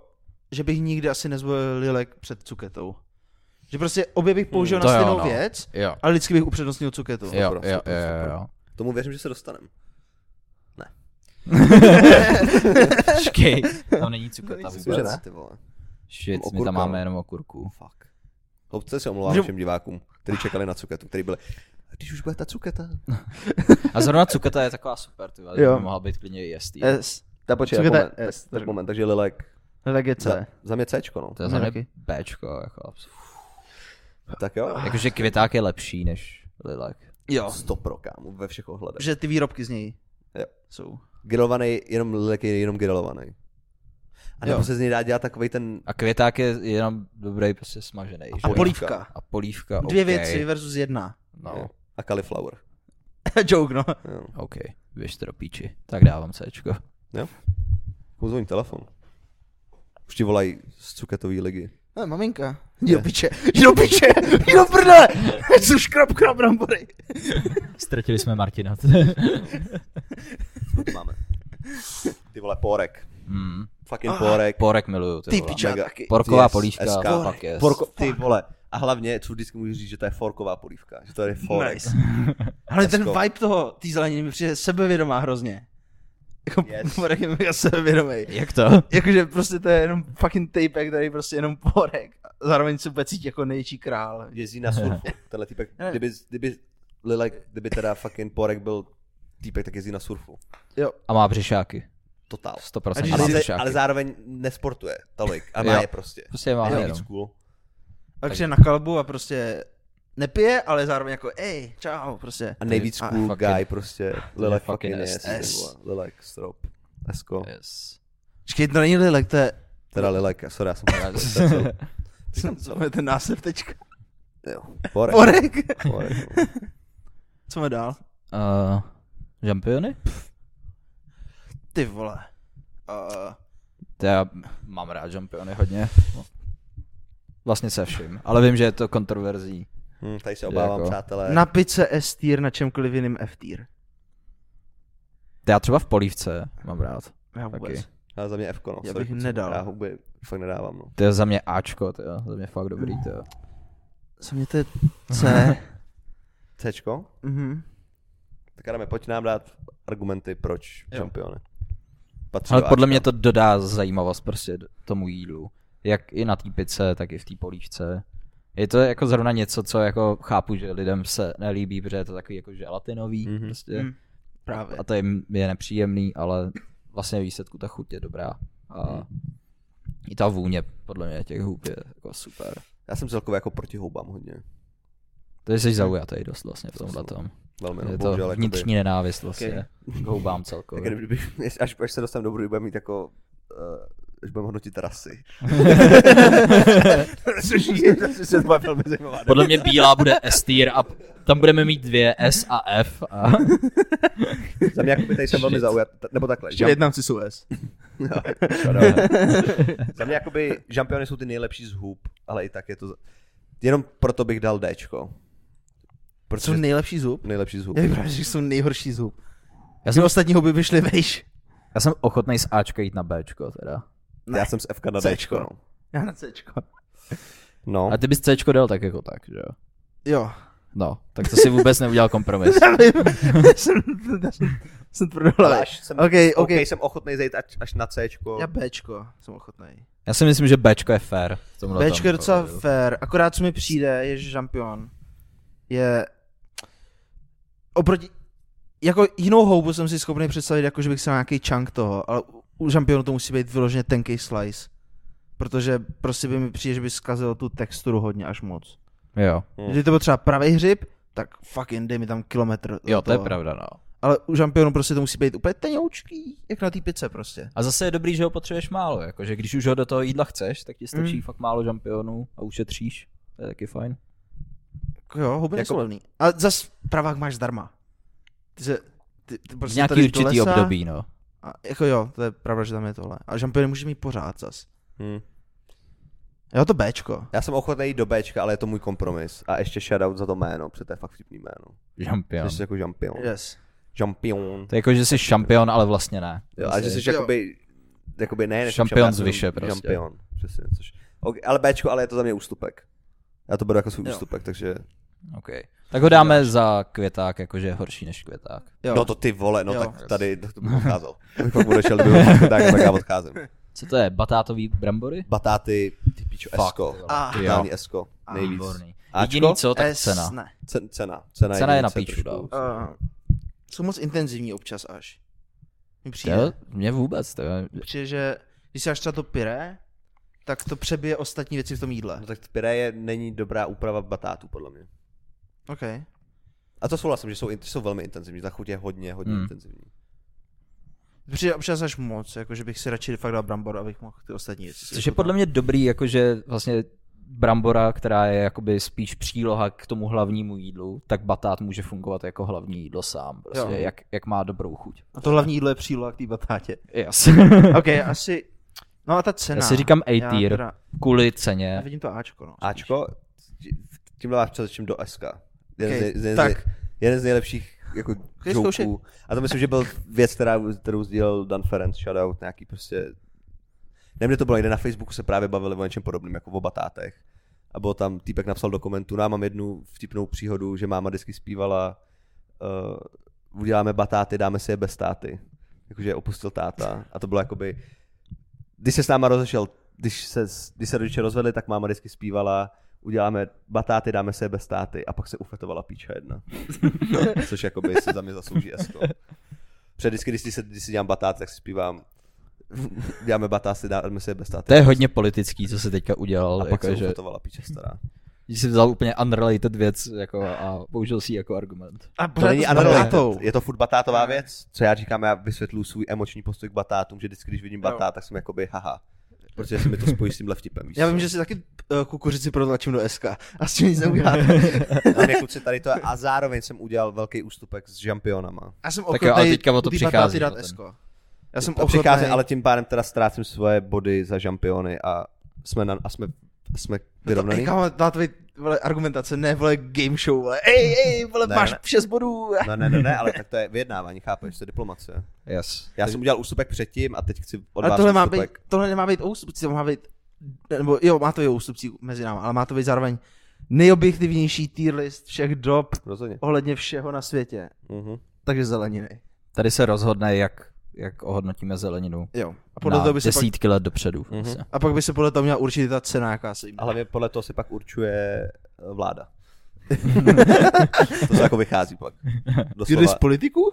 S2: že bych nikdy asi nezvolil Lilek před cuketou. Že prostě obě bych použil
S3: Hmm,
S2: na
S3: to jo,
S2: stejnou
S3: no.
S2: věc,
S3: Jo,
S2: ale vždycky bych upřednostnil cuketu.
S3: jo,
S1: pro,
S3: jo,
S1: pro,
S3: jo,
S1: pro.
S3: jo.
S1: Tomu věřím, že se dostaneme.
S3: [laughs] Počkej, tam není cuketa
S1: Že ne,
S3: vůbec.
S1: ty vole.
S3: Shit, my
S1: Okurka,
S3: tam
S1: no.
S3: máme jenom okurku.
S1: Fuck. Obce se omlouvám
S2: Že-
S1: všem divákům, kteří čekali na cuketu, který byli "A když už bude ta cuketa.
S3: A zrovna cuketa je taková super, ty vole,
S2: Jo.
S3: že by mohla být klidně i jestý.
S2: S.
S1: Tak počkej,
S2: Cuketa-
S1: moment, tak,
S2: S,
S1: tak moment, takže Lilek,
S2: Lilek je
S1: za,
S2: C.
S1: za mě Cčko, no.
S3: To je za mě
S2: Taky.
S3: Bčko, jako absolutně.
S1: Tak jo,
S3: Jakože květák je lepší než lilek.
S2: Jo.
S1: stopro, kámo, ve všech ohledech.
S2: Že ty výrobky z něj
S1: Jo.
S2: jsou.
S1: Grilovaný, jenom Lilek je jenom grilovaný. A nebo
S2: Jo.
S1: se z něj dá dělat takovej ten...
S3: A květák je jenom dobrý prostě smažený.
S1: A
S3: že?
S2: A polívka.
S3: A polívka,
S2: Dvě
S3: okay.
S2: věci versus jedna. [laughs]
S3: No,
S1: A cauliflower.
S2: Joke, no.
S1: Jo.
S3: ok, běžte do píči. Tak dávám Cčko.
S1: Komu zvoní telefon? Už ti volají z cuketový ligy.
S2: Ne, No, maminka. Jdi do piče, jdi do piče, jdi do prdele, jsou škrab, krab, brambory.
S3: Ztratili jsme [laughs] Martina.
S1: To máme. [laughs] Ty vole, porek.
S3: mm.
S1: Fucking porek.
S3: Porek miluju, ty,
S2: Ty
S3: vole.
S2: piče, já
S1: Mega.
S2: taky.
S3: Porková
S1: Yes,
S3: polívka,
S1: SK.
S3: fuck yes.
S1: Porko, ty vole. A hlavně, co vždycky můžu říct, že to je forková polívka. Že to je forek.
S2: Nice. Ale ten
S1: Esko.
S2: vibe toho, tý zeleniny mi přijde sebevědomá hrozně. Jako
S1: Yes.
S2: yes. porek je mega sebevědomý.
S3: Jak to?
S2: Jakože prostě to je jenom fucking tapek, který prostě jenom porek. A zároveň se úplně cítí jako největší král.
S1: Jezdí na
S3: [laughs]
S1: surfu. Tenhle týpek,
S2: Ne.
S1: kdyby, kdyby, Lilek, kdyby teda fucking porek byl týpek, tak jezdí na surfu.
S3: A má břešáky.
S1: Totál.
S3: 100%
S2: A když
S3: má
S1: Ale,
S3: břešáky.
S1: ale zároveň nesportuje tolik. A má
S3: Jo.
S1: je prostě.
S3: Prostě má
S1: Je
S3: jenom.
S1: nejvíc cool.
S2: Takže na kalbu a prostě nepije, ale zároveň jako ej, čau, prostě.
S1: A nejvíc
S2: A
S1: cool
S3: fucking-
S1: guy prostě. Lilek
S3: fucking
S1: fucking
S3: S.
S1: jest. Lilek strop. Esko.
S3: Yes.
S2: Čekej, to není lilek, to je...
S1: Teda Lilek, sorry, já jsem
S3: [laughs]
S2: [laughs] Co je ten název teďka?
S1: Jo, Porek.
S2: Porek?
S1: Porek, no.
S2: Co jsme dál?
S3: Uh, žampiony?
S2: Ty vole. Uh,
S3: To já mám rád žampiony hodně. Vlastně se vším, ale vím, že je to kontroverzí.
S1: Hm, tady se obávám,
S3: Jako.
S1: přátelé.
S2: na pice S tier, na čemkoliv jiným F tier.
S3: To já třeba v polívce mám rád.
S2: Já vůbec.
S3: Taky.
S1: Ale za mě F, no.
S2: Já
S1: sorry,
S2: bych
S1: kluci.
S2: nedal.
S1: Já huby fakt nedávám, no.
S3: To je za mě Ačko, to je za mě fakt dobrý, to jo.
S2: Za mě to je [laughs] C.
S1: Cčko?
S2: mhm.
S1: Tak Adame, pojď nám dát argumenty, proč jo. šampiony. Patří
S3: Ale
S1: do
S3: podle
S1: Ačka.
S3: mě to dodá zajímavost prostě d- tomu jídlu. Jak i na té pice, tak i v té polívce. Je to jako zrovna něco, co jako chápu, že lidem se nelíbí, protože je to takový jako želatinový
S1: Mhm.
S3: mm-hmm. prostě.
S2: Mm. Právě.
S3: A to je, je nepříjemný, ale vlastně výsledku ta chuť je dobrá. A i ta vůně podle mě těch hub je jako super.
S1: Já jsem celkově jako proti houbám hodně.
S3: Takže jsi zaujatý dost vlastně v tomhle tom.
S1: Velmi,
S3: Je
S1: no,
S3: to
S1: bohužel, jakoby-
S3: vnitřní nenávist vlastně. K houbám celkově.
S1: Jak kdybych, jestli- až, až se dostaneme do budu, budeme mít jako, uh, až budeme hodnotit rasy. Což je zase se to má velmi zajímavá.
S3: Podle mě bílá bude S tier a tam budeme mít dvě S a F. A...
S1: Za mě jakoby tady jsem velmi zaujat, t- nebo takhle.
S2: Že jednavci jsou S.
S1: [laughs] Za mě jakoby žampiony jsou ty nejlepší z hub, ale i tak je to, za- jenom proto bych dal Dčko.
S2: Jsou
S1: Protože
S2: nejlepší zub?
S1: nejlepší z hub.
S2: Já bych právě, že jsou nejhorší zub.
S3: Já
S2: Já
S3: jsem-
S2: jsem ostatní huby by šly vejš.
S3: Já jsem ochotný z Ačka jít na Bčko teda.
S1: Já jsem z FK na
S2: Cčko.
S1: Dčko. no.
S2: Já na Cčko.
S1: No.
S3: A ty bys Cčko dal tak jako tak, že jo?
S2: Jo.
S3: No, tak to si vůbec neudělal kompromis.
S2: [laughs] Já vím. Já jsem, já jsem, jsem [laughs] tvrdohlavý.
S1: Až jsem,
S2: OK,
S1: OK,
S2: OK.
S1: jsem ochotný zajít až, až na Cčko.
S2: Já Bčko jsem ochotnej.
S3: Já si myslím, že Bčko je fair. v tomhle tom
S2: Bčko je docela
S3: pohledu.
S2: fair, akorát co mi přijde je, že šampion je oproti, jako jinou houbu jsem si schopný představit, jako že bych si dal nějaký chunk toho, ale u- u šampionu to musí být vyloženě tenký slice. Protože prostě by mi přijde, že by zkazil tu texturu hodně až moc.
S3: Jo,
S1: Hmm.
S2: Kdyby to byl třeba pravý hřib, tak fucking dej mi tam kilometr. za
S3: jo to je
S2: toho.
S3: pravda, no.
S2: Ale u šampionu prostě to musí být úplně tenoučký, jak na té pice prostě.
S3: A zase je dobrý, že ho potřebuješ málo, jakože když už ho do toho jídla chceš, tak ti stačí
S1: Hmm.
S2: Mm.
S3: mm. fakt málo žampionů a ušetříš. To je taky fajn.
S1: Prostě
S2: Jako Jo, huby
S1: Jako-
S2: jako... levný. Ale zas pravák máš zdarma. Ty se, ty, ty
S3: Z
S2: prostě
S3: nějaký
S2: tady do
S3: určitý
S2: lesa
S3: období, no.
S2: A, jako jo, to je pravda, že tam je tohle. A šampiony můžeš mít pořád zas.
S1: Hmm.
S2: Jo, to Bčko.
S1: Já jsem ochotný jít do Bčka, ale je to můj kompromis. A ještě shoutout za to jméno, protože to je fakt vtipný jméno.
S3: Žampion.
S1: Že jsi jako žampion.
S2: Yes.
S1: Žampion.
S3: To je jako, že jsi šampion, ale vlastně ne.
S1: Jo, a že jsi
S2: Jo.
S1: jakoby, jakoby ne, ne
S3: Šampion z vyše prostě.
S1: Šampion, přesně. Což, okay, ale Bčko, ale je to za mě ústupek. Já to beru jako svůj
S2: Jo.
S1: ústupek, takže...
S3: Okay. Tak ho dáme za květák, jakože je horší než květák.
S2: Jo.
S1: No to ty vole, no
S2: Jo.
S1: tak tady to,
S3: [laughs]
S1: to bych odcházel. Abych pak odešel, kdyby tak, tak já odcházím.
S3: Co to je, batátový brambory?
S1: Batáty, ty píčo,
S3: Fuck,
S1: esko.
S3: ty vole.
S2: A
S1: Totální esko, nejvíc.
S3: Výborný.
S1: Ačko?
S3: Jediný co, tak
S2: S,
S3: cena.
S2: Ne.
S1: Cen, cena. Cena,
S3: Cena je na
S1: jediný, co
S3: píču,
S1: trošku-
S2: Uh, jsou moc intenzivní občas až. Mi přijde.
S3: Jo, mě vůbec, to je...
S2: Přijde, že když si dáš třeba to pyré, tak to přebije ostatní věci v tom jídle.
S1: No tak pyré je, není dobrá úprava batátů, podle mě.
S2: OK.
S1: A to souhlasím, že jsou, in- jsou velmi intenzivní, ta chuť je hodně, hodně
S3: Hmm.
S1: intenzivní.
S2: Přijde občas až moc, jako že bych si radši fakt dal brambor, abych mohl ty ostatní věci. jako
S3: Což je podle mě dobrý, jakože vlastně brambora, která je jakoby spíš příloha k tomu hlavnímu jídlu, tak batát může fungovat jako hlavní jídlo sám, prostě,
S2: Jo.
S3: jak, jak má dobrou chuť.
S2: A to hlavní jídlo je příloha k té batátě.
S3: Yes.
S2: OK, asi... No a ta cena.
S3: Já si říkám
S2: Já
S3: A-tier,
S2: teda-
S3: [laughs] kvůli
S2: Já
S3: ceně.
S2: vidím to Ačko, no.
S1: Ačko, tím dáváš především do SK. Jeden,
S2: Okej,
S1: z, jeden,
S2: tak.
S1: Z, jeden z nejlepších jako
S2: zkoušej.
S1: joků. A to myslím, že byl věc, která, kterou sdílel Dan Ferenc, shoutout, nějaký prostě... Nevím, kde to bylo, někde na Facebooku se právě bavili o něčem podobném, jako o batátech. A byl tam, týpek napsal do komentu, no já mám jednu vtipnou příhodu, že máma vždycky zpívala, uh, uděláme batáty, dáme si je bez táty. Jakože je opustil táta. A to bylo jakoby, když se s náma rozešel, když se, když se rodiče rozvedli, tak máma vždycky zpívala, uděláme batáty, dáme se je bez táty a pak se ufetovala píča jedna. Což jakoby se za mě zaslouží esko. Protože vždycky, když si, když si dělám batáty, tak si zpívám [laughs] děláme batáty, dáme se je bez táty.
S3: To je hodně politický, co se teďka udělal.
S1: a pak se
S3: jako, že,
S1: ufetovala píča stará.
S3: že jsi vzal úplně unrelated věc jako, a použil si ji jako argument.
S2: A
S1: To není
S2: s batátou.
S1: unrelated, je to furt batátová věc, co já říkám, já vysvětluju svůj emoční postoj k batátům, že vždycky, když vidím batát, tak jsem jakoby haha. Protože se mi to spojí s tímhle vtipem. víš
S2: Já vím,
S1: co?
S2: že si taky eh, kukuřici protlačím do SK a s tím nic
S3: [laughs]
S2: neuděláte.
S1: A mě kluci jako tady to je, a zároveň jsem udělal velký ústupek s žampionama.
S2: Já jsem
S3: Tak jo, ale
S2: ochotnej
S3: teďka o to
S2: u té batáty
S3: přichází
S2: dát
S3: potom.
S2: SK. Já jsem
S1: A přichází,
S2: ochotnej,
S1: ale tím pádem teda ztrácím svoje body za žampiony a jsme, na, a jsme,
S2: No
S1: jsme vyrovnaný.
S2: Ej, kámo, dá to být, vole, argumentace, ne, vole, game show, vole, ej, ej, vole,
S1: Ne,
S2: máš
S1: ne.
S2: 6 bodů.
S1: No ne, ne, ne, ale tak to je vyjednávání, chápeš, to je diplomacie.
S3: Yes.
S1: Já jsem udělal ústupek předtím a teď chci od
S2: Ale
S1: vás
S2: tohle má být,
S1: ústupek.
S2: tohle nemá být o ústupcích, to má být, nebo jo, má to být o ústupcích mezi námi, ale má to být zároveň nejobjektivnější tier list všech dob
S1: Rozhodně.
S2: ohledně všeho na světě.
S1: Mhm.
S2: Takže zeleninej.
S3: Tady se rozhodne, jak jak ohodnotíme zeleninu
S2: Jo. A podle
S3: podle
S2: toho
S3: na
S2: by se pak, Mhm.
S3: desítky let dopředu. Mm-hmm. Vlastně.
S2: a pak by se podle toho měla určit ta cena, jaká se jim
S1: A hlavně podle toho si pak určuje eh,
S3: [laughs]
S1: vláda. to se jako vychází pak. Doslova.
S2: Jde z politiku?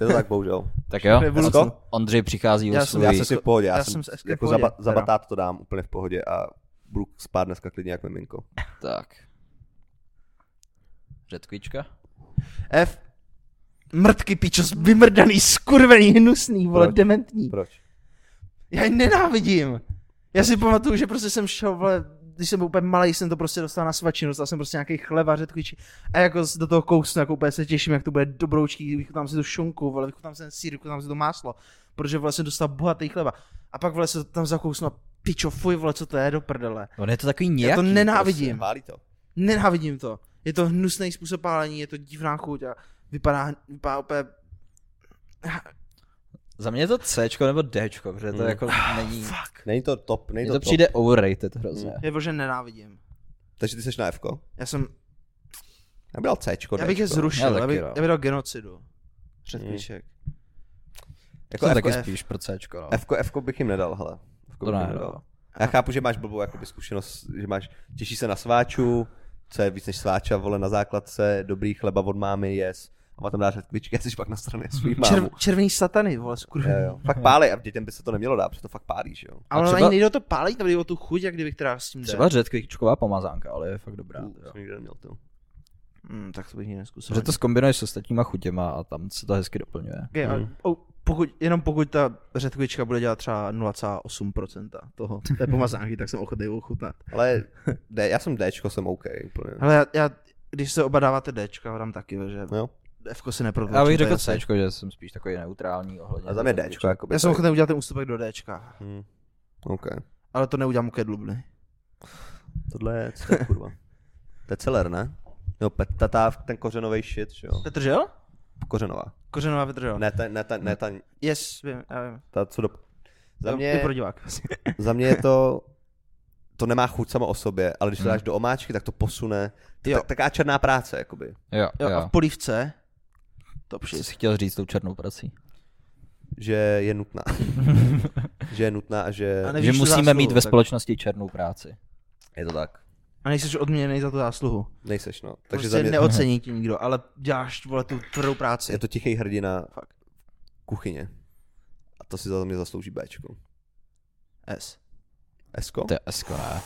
S1: Je to tak, bohužel.
S3: Tak jo,
S2: Revoluce.
S3: Ondřej- Ondřej přichází
S2: Já jsem-
S3: o svůj...
S1: Já jsem si v pohodě, já,
S2: já
S1: jsem,
S2: jsem s SK
S1: jako
S2: v pohodě,
S1: zaba,
S2: teda.
S1: zabatát to dám úplně v pohodě a budu spát dneska klidně jak miminko.
S3: Tak. Řetkvička?
S2: F. Mrtky, pičo, vymrdaný, skurvený, hnusný, vole,
S1: Proč?
S2: dementní.
S1: Proč?
S2: Já je nenávidím. Já si pamatuju, že prostě jsem šel, vole, když jsem byl úplně malý, jsem to prostě dostal na svačinu, dostal jsem prostě nějaký chleba, řetkviči. A jako s- do toho kousnu, jako úplně se těším, jak to bude dobroučký, vychutám si tu šunku, vole, vychutám si ten sír, vychutám si to máslo. Protože vole jsem dostal bohatý chleba. A pak vole se to tam zakousnu a pičo, fuj, vole, co to je do prdele.
S3: On je to takový
S2: Já
S3: nějaký.
S2: to nenávidím.
S1: Prostě, Válí to.
S2: Nenávidím to. Je to hnusný způsob pálení, je to divná chuť a vypadá, vypadá úplně...
S3: Za mě je to C nebo D, protože to
S1: Mm.
S3: jako není...
S2: Fuck.
S1: Není to top, není to,
S3: Mně to Hmm.
S1: top.
S3: přijde overrated hrozně.
S2: Je že nenávidím.
S1: Takže ty seš na Fko.
S2: Já jsem,
S1: Já bych dal Cčko,
S2: já bych je
S1: Dčko.
S2: zrušil,
S3: Já
S2: já
S3: taky,
S2: bych,
S3: no. Hm.
S2: já bych dal genocidu. Předpíšek.
S1: Jako
S3: Jako
S1: Fko,
S3: taky
S2: F.
S3: spíš pro C. No.
S1: Fko, Fko bych jim nedal, hele. Fko
S3: To
S1: bych
S3: ne,
S1: jim
S3: no.
S1: nedal. Já chápu, že máš blbou jakoby, zkušenost, že máš, těší se na sváču, co je víc než sváča, vole na základce, dobrý chleba od mámy, yes. A potom dáš řetkvičky a jsi pak na straně
S2: [laughs]
S1: svých mámů.
S2: Červ, červený satany, vole,
S1: Jo,
S2: skurvený.
S1: jo. Fakt pálej a dětem by se to nemělo dát, protože to fakt pálíš, jo.
S2: Ale
S3: A
S2: třeba...
S3: třeba-
S2: ani nejde o to pálit, tam jde o tu chuť, jak kdyby která s tím jde.
S3: Třeba řetkvičková pomazánka, ale je fakt dobrá.
S1: Uh,
S3: jo.
S1: jsem nikdy neměl tu.
S2: Hmm, tak to bych nikdy neskusil.
S3: Protože to skombinuješ s ostatníma chutěma a tam se to hezky doplňuje.
S2: Okay, a, o, pokud, jenom pokud ta řetkvička bude dělat třeba 0,8% toho, té pomazánky, tak jsem ochotný
S3: [laughs]
S2: ochutnat.
S1: Ale D, já jsem Dčko, jsem OK úplně.
S2: Hele, já, já když se oba dáváte Dčka, dám taky, že
S1: No Jo.
S2: Fko si neprodlučím.
S3: Já bych
S2: to je
S3: řekl
S2: jasný.
S3: C, že jsem spíš takový neutrální ohledně.
S1: A za mě
S3: řetkviček.
S1: Dčko, jakoby.
S2: Já jsem
S1: tak.
S2: ochotný udělat ten ústupek do Dčka,
S1: Hm. OK.
S2: ale to neudělám u Kedlubny.
S1: Tohle je, co to je, kurva? To je celer, ne? Jo, pet, ta, ta, ten kořenový shit, že jo.
S2: Petržel?
S1: Kořenová.
S2: Kořenová Petržel.
S1: Ne, ta, ne, ta, ne, ta,
S2: Yes, vím, já vím.
S1: ta co do... Za
S2: To
S1: mě,
S2: je pro divák.
S1: za mě je to... To nemá chuť samo o sobě, ale když to dáš do omáčky, tak to posune. To je
S2: Hmm. Jo.
S1: tak, taká černá práce, jakoby.
S3: Jo,
S2: Jo, a
S3: jo.
S2: v polívce? Top
S1: Prostě
S3: Co
S2: 6.
S3: jsi chtěl říct tou černou prací?
S1: Že je
S2: [laughs]
S1: nutná. že je nutná a že...
S2: A
S3: Že
S2: Nevíš tu
S3: musíme
S2: zásluhu,
S3: mít ve
S2: tak-
S3: společnosti černou práci.
S1: Je to tak.
S2: A nejsi odměněný za tu zásluhu.
S1: Nejseš, no. Takže
S2: Takže
S1: za
S2: prostě
S1: mě
S2: neocení ti nikdo, ale děláš vole tu tvrdou práci.
S1: je to tichý hrdina
S2: Fakt.
S1: kuchyně. A to si za mě zaslouží Bčko.
S2: S.
S1: Esko?
S3: To je esko, ne.
S2: Za mě,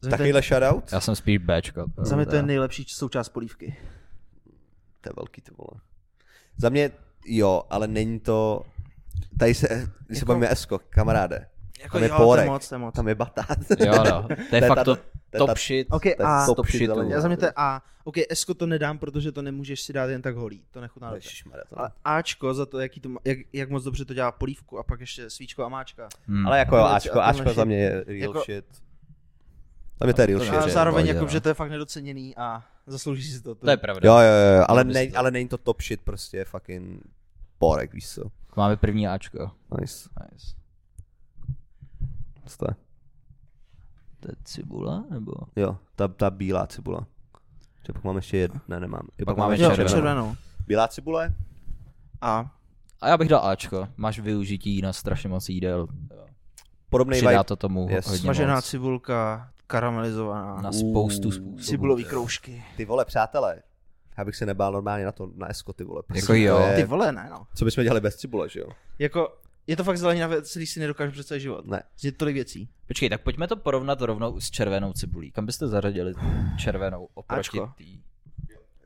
S2: to je,
S1: Takovýhle shoutout?
S3: Já jsem spíš Bčko.
S2: za mě to je nejlepší součást polívky.
S1: To je velký, to vole. Za mě jo, ale není to... Tady se, když se
S2: Jako-
S1: bavíme Esko, kamaráde,
S2: Jako,
S1: Tam je
S2: jo, to je
S1: pórek.
S2: moc, to je moc.
S1: tam je batát.
S3: Jo,
S1: [laughs]
S3: no. To je
S1: ta-
S3: fakt to
S1: to je ta-
S3: top shit.
S2: Ok,
S1: To je
S2: a
S1: top
S3: top
S1: shit
S3: shitu.
S1: zelenina.
S2: já za mě to je A. Ok, Esko to nedám, protože to nemůžeš si dát jen tak holý. To nechutná dobře.
S1: Ježišmarja, to-
S2: Ale Ačko za to, jaký to, ma- jak, jak moc dobře to dělá polívku a pak ještě svíčko a máčka.
S3: Hmm.
S1: Ale jako jo,
S2: Ale
S1: Ačko,
S2: a tenhle
S1: Ačko za
S2: shit-
S1: mě je real
S2: jako-
S1: shit. Za mě to je real
S3: To
S1: shit.
S2: A
S3: je
S1: že-
S2: zároveň
S3: pohodě,
S2: jako,
S3: no.
S2: že to je fakt nedoceněný a zaslouží si to.
S3: To je pravda.
S1: Jo, jo, jo, jo, ale,
S3: To
S1: ne,
S3: bys to-
S1: ale není to top shit, prostě je fucking porek, víš co.
S3: Máme první Ačko.
S1: Nice.
S3: Nice.
S1: Co to je?
S3: To je cibula, nebo?
S1: Jo, ta, ta bílá cibula. Že pak mám ještě jednu, ne, nemám. Jo,
S3: Pak máme
S1: ještě
S2: jo,
S1: jednu.
S3: červenou.
S2: červenou.
S1: Bílá cibule?
S2: A
S3: A já bych dal Ačko. Máš využití na strašně moc jídel. Jo.
S1: Podobný
S3: Přidá
S1: vibe.
S3: to tomu
S1: Yes.
S3: hodně
S2: smažená
S3: moc.
S2: cibulka, karamelizovaná,
S3: Na spoustu způsobů.
S2: cibulový kroužky.
S1: Ty vole, přátelé, já bych se nebál normálně na to, na esko, ty vole.
S3: Jako jo.
S1: to je-
S2: Ty vole, ne no.
S1: Co bychom dělali bez cibule, že jo?
S2: Jako, je to fakt zelenina, který si nedokážu představit život.
S1: Ne.
S2: Je tolik věcí.
S3: Počkej, tak pojďme to porovnat rovnou s červenou cibulí. Kam byste zařadili červenou oproti
S2: Ačko.
S3: tý?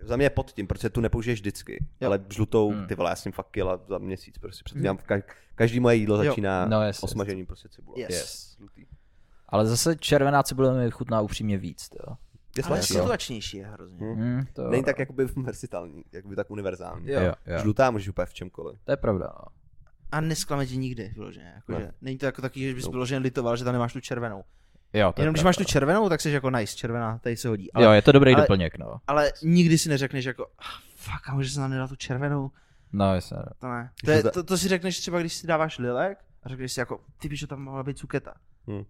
S1: Za mě je pod tím, protože tu nepoužiješ vždycky,
S2: Jo. Hmm.
S1: ale žlutou,
S3: Hmm.
S1: ty vole, já jsem fakt kila za měsíc, prostě předtím, ka- každý moje jídlo
S2: Jo.
S1: začíná
S3: No, jasně.
S1: osmažením prostě cibule.
S2: Yes.
S1: Yes. Žlutý.
S3: Ale zase červená cibule mi chutná upřímně víc, jo.
S1: Je
S2: Ale
S1: sladší, no.
S2: situačnější je hrozně.
S1: Hm.
S3: Hmm, to...
S1: Není tak jakoby versitální, jakoby tak univerzální.
S3: jo. Jo, jo.
S1: Žlutá můžeš úplně v čemkoliv.
S3: To je pravda, no.
S2: A nesklame tě nikdy, vyloženě. Jako,
S1: Ne.
S2: že, není to jako taky, že bys
S1: Nope.
S2: vyloženě litoval, že tam nemáš tu červenou.
S3: Jo, to je
S2: Jenom když
S3: pravda.
S2: máš tu červenou, tak jsi jako nice, červená, tady se hodí. Ale,
S3: Jo, je to dobrý
S2: ale-
S3: doplněk, no.
S2: ale nikdy si neřekneš jako, ah, fuck, a můžeš se nám nedat tu červenou?
S3: No, jasně. no.
S2: To ne.
S1: Když
S2: To, je,
S1: to za-
S2: to, to, si řekneš třeba, když si dáváš lilek a řekneš si jako, ty víš, že tam mohla být cuketa.
S1: Hm.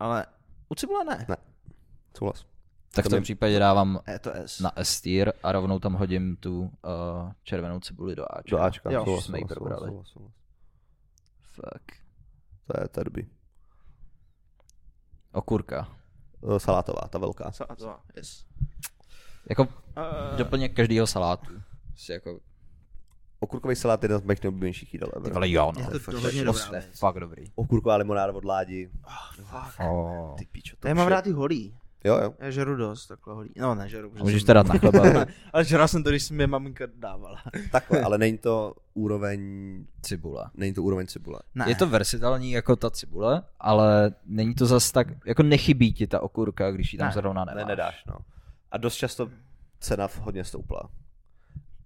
S2: Ale u cibule ne.
S1: Ne. Souhlas.
S3: Tak
S1: To
S3: v tom
S1: mi-
S3: případě dávám
S2: E, to S.
S3: na S tier a rovnou tam hodím tu uh, červenou cibuli do Ačka.
S1: Do Ačka.
S2: Jo.
S1: souhlas,
S3: Jsme ji
S1: souhlas,
S3: probrali.
S1: souhlas, souhlas.
S3: Fuck.
S1: To je, to je dobrý.
S3: Okurka.
S1: Eh, Salátová, ta velká.
S2: Salátová, yes.
S3: Jako
S2: Uh,
S3: doplněk každého salátu. Prostě jako,
S1: Okurkový salát je jeden z mých nejoblíbenějších jídel
S3: ty
S1: ever.
S3: vole jo,
S2: je
S3: no.
S2: to
S3: To
S2: hodně
S3: je
S2: dobrá
S3: prostě
S2: věc.
S3: fakt dobrý.
S1: Okurková limonáda od ládi.
S3: Oh.
S1: Ty No, píčo, to
S2: Ah, Já
S1: už
S2: mám
S1: je-
S2: rád i holí.
S1: Jo, jo.
S2: Já žeru dost takhle holí. No, nežeru. protože
S3: Můžeš
S2: jsem-
S3: to dát na chleba. [laughs]
S2: Ale žral jsem to, když jsem je maminka dávala.
S1: Takhle, ale není to úroveň,
S3: Cibula.
S1: není to úroveň cibule.
S2: Ne.
S3: Je to verzitalní jako ta cibule, ale není to zas tak, jako nechybí ti ta okurka, když ji tam
S2: Ne.
S3: zrovna nedáš.
S1: Ne, nedáš, no. A dost často cena v- hodně stoupla.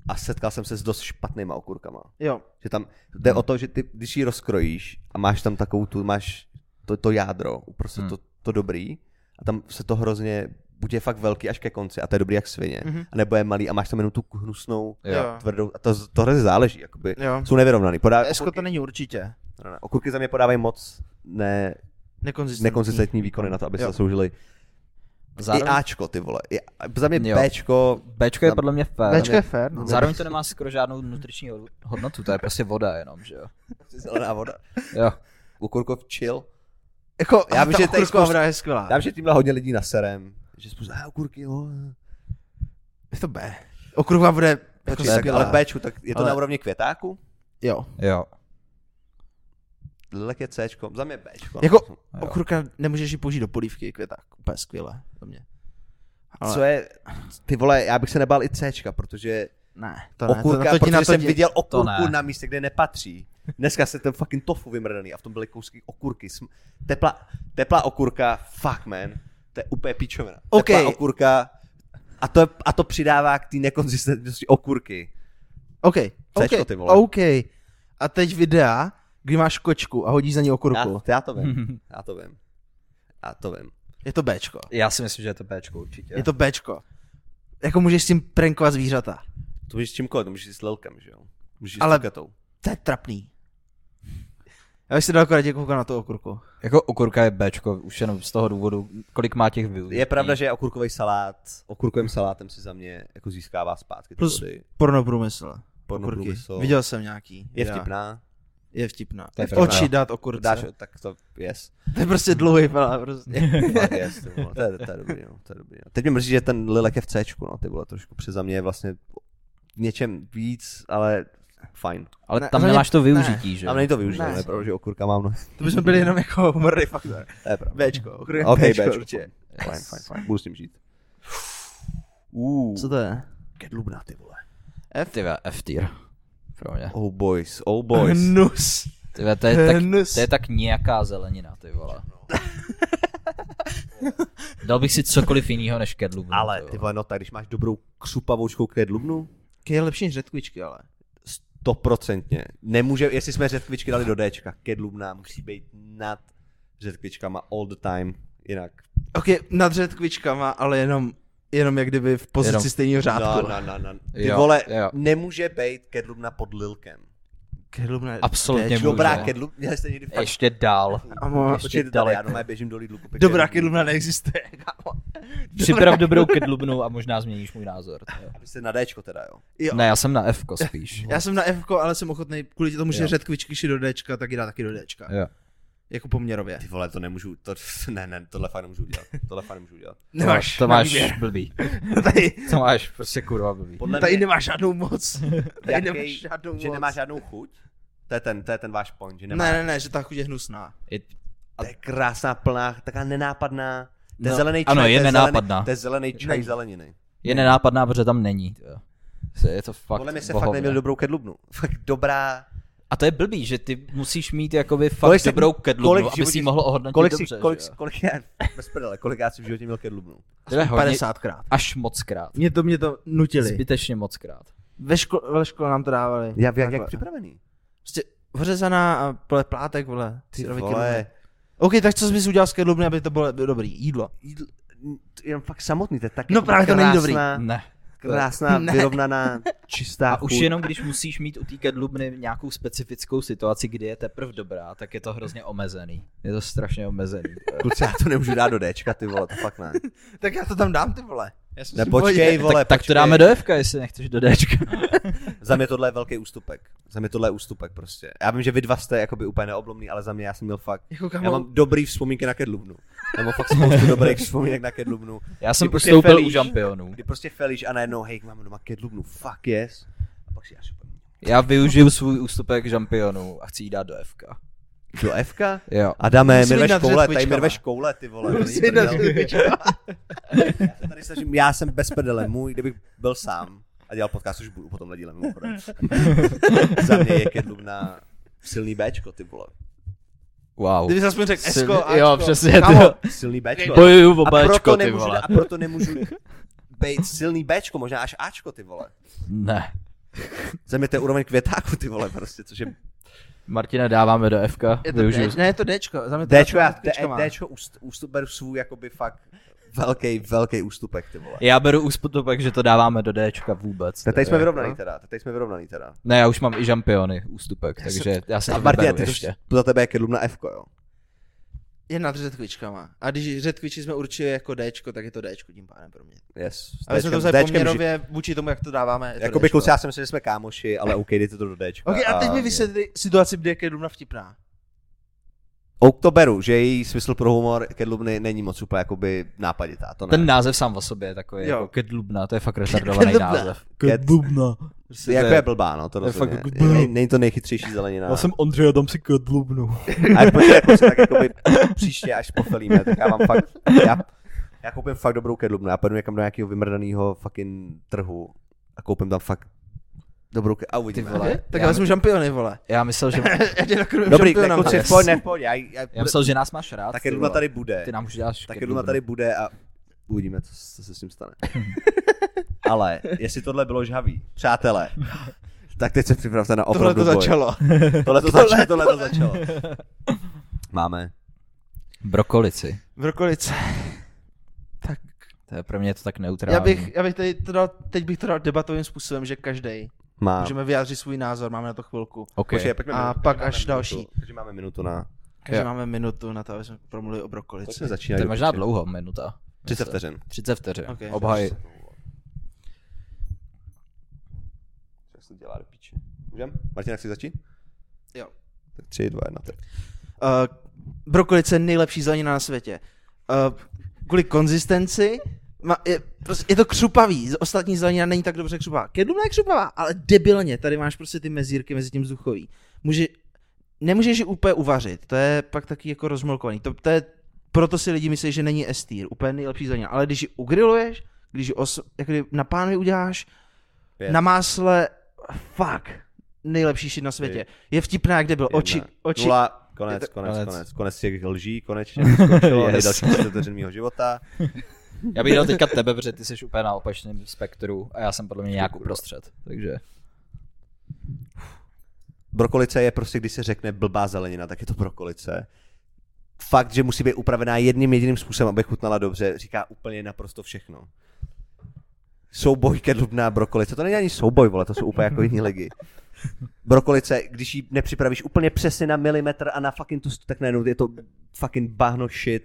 S1: A setkal jsem se s dost špatnýma okurkama.
S2: Jo.
S1: Že tam jde
S2: Hmm.
S1: o to, že ty, když ji rozkrojíš a máš tam takovou tu, máš to, to jádro, prostě
S3: Hmm.
S1: to, to dobrý, a tam se to hrozně, buď je fakt velký až ke konci a to je dobrý jak svině,
S2: Mhm.
S1: mm-hmm. anebo je malý a máš tam jenom tu hnusnou,
S3: Jo.
S1: tvrdou, a to, to hrozně záleží, jakoby.
S2: Jo.
S1: Jsou nevyrovnaný. Podá,
S2: Esko to
S1: okurky,
S2: není určitě.
S1: ne, ne, okurky za mě podávají moc ne,
S2: Nekonzistentní.
S1: nekonzistentní výkony na to, aby se
S2: Jo.
S1: zasloužili. I
S3: Zároveň
S1: Ačko, ty vole. I, za mě
S3: Jo.
S1: Bčko,
S3: Bčko je
S1: Tam-
S3: podle mě fér.
S2: Bčko je fér, no.
S3: Zároveň to nemá skoro žádnou nutriční hod- hodnotu, to je prostě voda jenom, že jo.
S1: zelená voda.
S3: Jo.
S1: Okurkov chill.
S2: Jako,
S1: Já
S2: já
S1: vím,
S2: bych,
S1: že
S2: že
S1: to je
S2: ta
S1: spousta-
S2: okurková je skvělá.
S1: Já vím, že tímhle hodně lidí naserem. Že spousta, a okurky, jo.
S2: Je to B. Okruhva bude jako
S1: Počkej, tak, ale
S2: skvělá.
S1: v Bčku, tak je to
S2: Ale-
S1: na úrovni květáku?
S2: Jo.
S3: Jo.
S1: Lek je Cčko, za mě Bčko.
S2: Jako
S3: Jo.
S2: okurka nemůžeš ji použít do polívky, květák. Úplně skvěle. Do mě. Ale
S1: Co je, ty vole, já bych se nebál i Cčka, protože
S2: ne, to ne.
S1: okurka,
S2: to, na to ti,
S1: protože
S2: na to
S1: jsem
S2: ti-
S1: viděl
S3: ne.
S1: okurku na místě, kde nepatří. Dneska se ten fucking tofu vymrdaný a v tom byly kousky okurky. Sm- Tepla, teplá okurka, fuck man, to je úplně pičovina.
S2: OK.
S1: Teplá okurka, a to, je, a to přidává k té nekonzistentnosti okurky.
S2: OK,
S1: Cčko,
S2: OK,
S1: ty vole.
S2: OK. A teď videa, kdy máš kočku a hodíš za ní
S1: Já,
S2: okurku.
S1: já to
S2: [laughs]
S1: vím, já to vím. Já to vím.
S2: Je to Bčko.
S3: Já si myslím, že je to Bčko určitě.
S2: Je to Bčko. Jako můžeš s tím prankovat zvířata.
S1: To můžeš s čímkoliv, to můžeš jít s lelkem, že jo? Můžeš jít
S2: Ale-
S1: s tukatou.
S2: To je trapný. Já bych si dal akorát koukal na tu okurku.
S3: Jako okurka je Bčko, už jenom z toho důvodu, kolik má těch views.
S1: Je pravda, že okurkový salát, okurkovým salátem si za mě jako získává zpátky ty
S2: Plus
S1: body.
S2: Porno průmysl.
S1: Porno
S2: Okurky.
S1: průmysl.
S2: Viděl jsem nějaký.
S1: Je
S2: videa.
S1: vtipná,
S2: Je vtipná.
S3: To je
S2: v
S3: pravda.
S2: oči dát okurce.
S1: dáš, tak to, yes.
S2: To je prostě dlouhý pala, prostě.
S1: [laughs] Fakt yes ty vole. to, je, to je dobrý, no, to je dobrý. No. Teď mě mrzí, že ten Lilek je v Cčku, no, ty vole, trošku při za mě je vlastně v něčem víc, ale fajn.
S3: Ale
S2: Ne,
S3: tam
S2: za mě-
S3: nemáš to využití, že jo.
S1: Tam není to využitelné,
S2: Ne.
S1: ne. protože okurka mám mnohem.
S2: To bychom byli jenom jako humorný faktor.
S1: [laughs] To je pravda.
S2: Bčko, okurka
S1: OK,
S2: Bčko,
S1: Bčko,
S2: určitě.
S1: Fajn, fajn, fajn, budu s tím žít. Uh,
S2: Co to je?
S1: kedlubna, ty vole.
S3: F? Ty vole, F tier. Pro mě.
S1: Oh boys, oh boys.
S2: Hnus.
S3: Ty vole, to je tak,
S2: Hnus.
S3: to je tak nějaká zelenina, ty
S2: [laughs]
S3: vole. Dal bych si cokoliv jiného než kedlu.
S1: Ale ty vole, no tak když máš dobrou křupavoučkou kedlubnu,
S2: Kej je lepší než řetkvičky, ale.
S1: Stoprocentně. Nemůže, jestli jsme řetkvičky dali do Dčka, kedlubná musí být nad řetkvičkama all the time, jinak.
S2: Ok, nad řetkvičkama, ale jenom, jenom jak kdyby v pozici
S3: Jenom-
S2: stejného
S1: No,
S2: řádku.
S1: no, no, no. Ty
S3: Jo,
S1: jo, vole,
S3: jo.
S1: jo. nemůže být kedlubna pod lilkem.
S2: Kedlubné
S3: Absolutně
S2: Bčko.
S3: Nemůže.
S1: Dobrá kedlub, měli jste někdy fakt...
S3: Ještě dál.
S2: Kámo,
S3: ještě
S1: Počkejte, tady,
S3: daleko.
S1: já doma běžím do Lidlu koupit
S2: Dobrá kedlubna neexistuje, kámo.
S3: [laughs] Připrav dobrou kedlubnu a možná změníš můj názor. ty jo.
S1: Aby se na Dčko teda, jo.
S2: Jo.
S3: Ne, já jsem na F spíš.
S2: Já jsem na F, ale jsem ochotný kvůli tomu, že
S3: Jo.
S2: řetkvičky šly do Dčka, tak ji dá taky do Dčka.
S3: Jo.
S2: Jako poměrově.
S1: Ty vole, to nemůžu, to, [laughs] ne, ne, tohle fakt nemůžu udělat, tohle fakt nemůžu udělat.
S2: Nemáš
S3: to
S2: na
S3: máš
S2: výběr. [laughs]
S3: blbý.
S2: tady,
S3: To máš prostě kurva blbý.
S1: Podle
S2: tady
S1: mě,
S2: nemáš žádnou moc. Tady
S1: jaký-
S2: nemáš žádnou moc.
S1: že nemáš žádnou chuť, to je ten, to je ten váš point, že nemáš
S2: Ne, ne, ne, že ta chuť je hnusná.
S3: Je-
S1: A to je krásná, plná, taká nenápadná. To je
S3: No,
S1: zelený čaj,
S3: ano, je
S1: to
S3: nenápadná.
S1: Zelený, to je zelený čaj zeleniny.
S3: Je nenápadná, protože tam není. ty jo. Se- Je to fakt
S1: Podle mě se fakt
S3: bohovina.
S1: neměl dobrou kedlubnu. Fakt dobrá.
S3: A No, to je blbý, že ty musíš mít jakoby fakt
S1: Kolik si-
S3: dobrou
S1: kolik v
S3: kedlubnu, aby si
S1: životě-
S3: ji mohl ohodnotit
S1: Kolik
S3: dobře.
S1: si, kolik,
S3: že
S1: si-
S3: jo.
S1: kolik, [laughs] já, bez prdele, kolik já si v životě měl kedlubnu.
S3: To je hodně,
S2: 50krát.
S3: až mockrát.
S2: Mě to, mě to nutili.
S3: Zbytečně mockrát.
S2: Ve, ško- ve škole nám to dávali.
S1: Jak, jak,
S2: Takhle.
S1: jak připravený?
S2: Prostě hořezaná a pole plátek, vole.
S1: Ty
S2: syrový
S1: vole,
S2: kedlubny. OK, tak co jsi bys udělal s kedlubny, aby to bylo dobrý? Jídlo.
S1: jídl, n- jenom fakt samotný, to je tak
S2: No
S1: jako
S2: právě to není dobrý.
S1: krásná-
S3: Ne.
S1: Krásná,
S2: Hm, [laughs] Ne.
S1: vyrovnaná, čistá
S3: A už
S1: chuť.
S3: jenom když musíš mít u té kedlubny nějakou specifickou situaci, kdy je teprve dobrá, tak je to hrozně omezený.
S1: [laughs]
S3: Je to strašně omezený. ty jo.
S2: [laughs]
S1: Kluci, já to nemůžu dát do Dčka, ty vole, to fakt ne.
S2: Tak já to tam dám, ty vole. Já jsem
S1: Ne,
S2: si-
S1: počkej, vole,
S3: tak, tak to
S1: počkej.
S3: dáme do Fka, jestli nechceš
S1: [laughs]
S3: do Dčka.
S1: Za mě tohle je velký ústupek. Za mě tohle je ústupek prostě. Já vím, že vy dva jste jakoby úplně neoblomný, ale za mě já jsem měl fakt...
S2: Jako
S1: Já
S2: kamo,
S1: mám dobrý vzpomínky na Kedlubnu. Já mám fakt
S3: [laughs]
S1: spoustu dobrých vzpomínek na Kedlubnu.
S3: Já jsem
S1: Ty prostě
S3: postoupil u
S1: felíš.
S3: žampionů.
S1: Kdy prostě felíš a najednou, hej, máme doma Kedlubnu, fuck yes. A pak si až
S3: Já využiju svůj ústupek žampionů a chci jít dát do Fka.
S1: do FK?
S3: Jo.
S1: Adame,
S2: Musím jít
S1: mirveš
S2: nadřet
S1: koule, tady
S2: pičkama.
S1: mirveš koule, ty vole. to není
S2: Musím jít
S1: prdel.
S2: nadřet
S1: [laughs] Já se tady snažím, já jsem bez prdele, můj, kdybych byl sám a dělal podcast, už budu potom díle mimochodem. Za mě je Kedlubna silný Bčko, ty vole.
S3: Wow.
S2: kdyby jsi aspoň řekl
S3: Silný-
S2: Esko, Ačko.
S3: jo, přesně,
S2: Kamo,
S3: ty-
S1: Silný Bčko.
S3: Bojuju v
S1: A proto
S3: obáčko, ty
S1: nemůžu,
S3: vole.
S1: a proto nemůžu být silný Bčko, možná až Ačko, ty vole.
S3: Ne.
S1: Za mě to je úroveň květáku, ty vole, prostě, což je...
S3: Martina dáváme do Fka.
S2: Je to
S3: Využiju.
S2: D, ne, je to Dčko. Za mě to
S1: Dčko, já, D,
S2: Dčko má.
S1: Dčko úst, ústup beru svůj, jakoby fakt velký, velký ústupek, ty vole.
S3: Já beru ústupek, že to dáváme do Dčka
S1: Tak
S3: vůbec. to je
S1: tady jsme
S3: jako-
S2: no.
S1: vyrovnaný teda, tak tady jsme vyrovnaný teda.
S3: Ne, já už mám i žampiony ústupek, takže já se
S1: A
S3: to
S1: Martina,
S3: vyberu
S1: ty
S3: ještě.
S1: ještě. za tebe je kedlubna F, jo.
S2: Je nad řetkvičkama. A když řetkviči jsme určili jako Dčko, tak je to Dčko tím pádem pro mě.
S1: Yes. S
S2: Ale jsme to
S1: Dčkem-
S2: vzali
S1: Dčkem ži-
S2: poměrově vůči tomu, jak to dáváme. je to
S1: Jakoby
S2: Dčko.
S1: kluci, já si myslím, že jsme kámoši, ale OK, dejte to do Dčka.
S2: Ok, a teď mi vysvětli situaci, kde je Kedlumna vtipná.
S1: Ouk to beru, že její smysl pro humor kedlubny není moc úplně jakoby nápaditá, to ne.
S3: Ten název sám o sobě je takový
S2: Jo.
S3: jako kedlubna, to je fakt retardovaný
S2: Kedlubna.
S3: název.
S1: Kedlubna.
S3: Prostě
S1: Jako
S3: to
S1: je blbá, no, to
S3: to je
S1: rozhodně.
S3: fakt
S1: Je-
S3: blbá.
S1: ne- Není to nejchytřejší zelenina.
S3: Ondřej, já dám si kedlubnu.
S1: Ale pojďte, jako se tak jakoby příště, až pofelíme, tak já mám fakt, já, já koupím fakt dobrou kedlubnu, já půjdu někam do nějakého vymrdaného fucking trhu a koupím tam fakt dobrou ke... a uvidíme.
S3: Ty vole.
S2: Je? Tak
S3: Já
S2: já vezmu žampiony, vole.
S3: Já myslel, že,
S2: Já tě nakrmím
S1: Dobrý, jako ne,
S2: šampionama.
S1: kluci, v pohodě, ne, v pohodě, já, já,
S3: já myslel, že nás máš rád.
S1: ta
S3: ty
S1: kedlubna
S3: vole.
S1: tady bude,
S3: Ty nám už děláš
S1: ta kedlubna
S3: kedlubnu.
S1: tady bude a uvidíme, co, co se s tím
S3: [laughs]
S1: stane. Ale jestli tohle bylo žhavý,
S3: [laughs]
S1: přátelé, tak teď se připravte na
S2: Tohle
S1: opravdu
S2: to
S1: boj.
S2: začalo.
S1: Tohle to začalo, tohle to začalo. Máme.
S3: Brokolici.
S2: Brokolice. Tak
S3: To je pro mě to tak neutrální.
S2: já bych, já bych tady to dal, teď bych to dal debatovým způsobem, že každý.
S1: Má.
S2: Můžeme vyjádřit svůj názor, máme na to chvilku.
S3: Okay.
S1: Počkej, pojďme
S2: A
S1: minutu,
S2: pak
S1: takže
S2: až
S1: máme
S2: další.
S1: Minutu, takže máme minutu na...
S2: Takže
S3: Jo.
S2: máme minutu na to, aby jsme promluvili o
S1: Proč
S2: brokolici.
S1: jsme začínali?
S3: to je možná
S1: dobře?
S3: dlouho, minuta.
S1: 30 vteřin.
S3: 30 vteřin.
S2: Ok.
S3: Obhaj.
S1: Co se dělá do píče? Můžem? Martin, jak si začít?
S2: Jo.
S1: Tak 3, 2, 1, teď.
S2: Uh, brokolice je nejlepší zelenina na světě. Uh, kvůli konzistenci, ma, je, prostě, je, to křupavý, Z- ostatní zelenina není tak dobře křupavá. Kedlumna je křupavá, ale debilně, tady máš prostě ty mezírky mezi tím vzduchový. Může, nemůžeš ji úplně uvařit, to je pak taky jako rozmolkovaný. To, to je, proto si lidi myslí, že není estýr, úplně nejlepší zelenina. Ale když ji ugriluješ, když ji os, jak kdy na pánvi uděláš,
S1: Pět.
S2: na másle, fuck, nejlepší shit na světě. Je vtipná, jak debil. Oči,
S1: Jedna,
S2: oči,
S1: Nula, konec,
S2: Je
S1: konec, konec,
S3: konec.
S1: konec, konec těch lží, konečně skončilo,
S3: Yes.
S1: yes. další 30 vteřin mýho života.
S3: Já bych dal teďka tebe, protože ty jsi úplně na opačném spektru a já jsem podle mě nějak uprostřed. Takže
S1: Brokolice je prostě, když se řekne blbá zelenina, tak je to brokolice. Fakt, že musí být upravená jedním jediným způsobem, aby chutnala dobře, říká úplně naprosto všechno. Souboj kedlubná brokolice, to není ani souboj, vole, to jsou úplně jako jiní ligy. Brokolice, když ji nepřipravíš úplně přesně na milimetr a na fucking tu, tak najednou je to fucking bahno shit,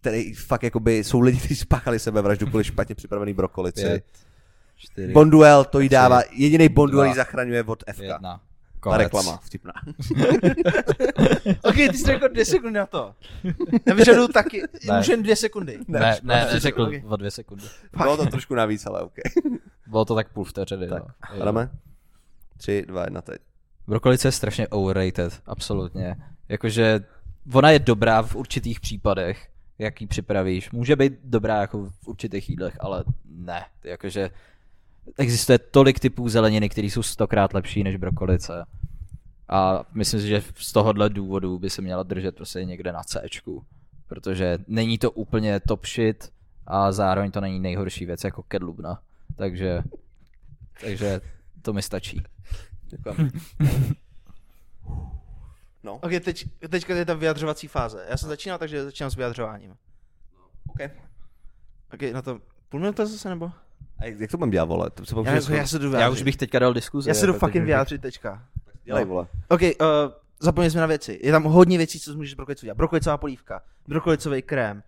S1: který fakt jakoby jsou lidi, kteří spáchali sebevraždu kvůli špatně připravený brokolici.
S3: pět, čtyři,
S1: Bonduel to jí dává,
S3: Tři,
S1: jediný Bonduel
S3: dva,
S1: ji zachraňuje od FK.
S3: jedna.
S1: Ta
S3: Konec.
S1: reklama, vtipná.
S2: Ok, ty jsi řekl dvě sekundy na to. Já vyžadu taky,
S3: Ne.
S2: můžu jen dvě sekundy.
S3: Ne, ne,
S2: škoda.
S3: neřekl
S2: Ok.
S3: o dvě sekundy.
S1: Bylo to trošku navíc, ale OK.
S2: [laughs]
S3: Bylo to tak půl vteřiny.
S1: Tak,
S3: no.
S1: Adame? Tři, dva, jedna, teď.
S3: Brokolice je strašně overrated, absolutně. Jakože ona je dobrá v určitých případech, jak ji připravíš. Může být dobrá jako v určitých jídlech, ale ne. Jakože existuje tolik typů zeleniny, které jsou stokrát lepší než brokolice. A myslím si, že z tohohle důvodu by se měla držet prostě někde na C. Protože není to úplně top shit a zároveň to není nejhorší věc jako kedlubna. Takže, takže to mi stačí.
S1: Děkujeme. No,
S2: Ok, teď, teďka je ta vyjadřovací fáze. Já jsem začínal, takže začínám s vyjadřováním.
S1: OK.
S2: Ok, na to půl minuta zase nebo?
S1: A jak jak to mám dělat, vole? To se
S2: Já,
S1: použiju.
S2: jako, já se jdu vyjádřit.
S3: Já už bych teďka dal diskuzi.
S2: já se jdu
S3: jako,
S2: fucking
S3: takže-
S2: vyjádřit teďka.
S1: Dělej, vole.
S2: Ok, uh, zapomněli jsme na věci. Je tam hodně věcí, co můžeš z brokolice eh, udělat. Brokolicová polívka, brokolicový krém,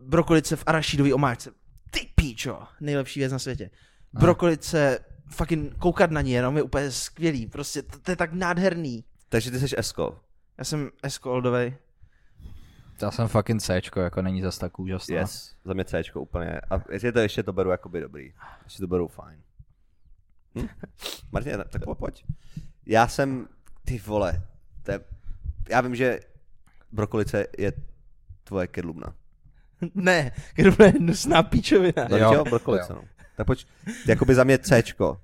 S2: uh, brokolice v arašídové omáčce. ty píčo, nejlepší věc na světě. Brokolice, fucking koukat na ní jenom je úplně skvělý, prostě to, to je tak nádherný.
S1: Takže ty jsi esko.
S2: Já jsem Esko Oldovej.
S3: Já jsem fucking Cčko, jako není zas tak úžasná.
S1: Yes. Za mě Cčko úplně. A jestli je to ještě to beru jakoby dobrý. Ještě to beru fajn.
S2: [laughs]
S1: Hm? Martin, tak po- pojď. Já jsem, ty vole, to je, já vím, že brokolice je tvoje kedlubna.
S2: [laughs] ne, kdo bude hnusná píčovina.
S1: No,
S3: Jo.
S1: jo, brokolice, no. Tak pojď, jakoby za mě Cčko.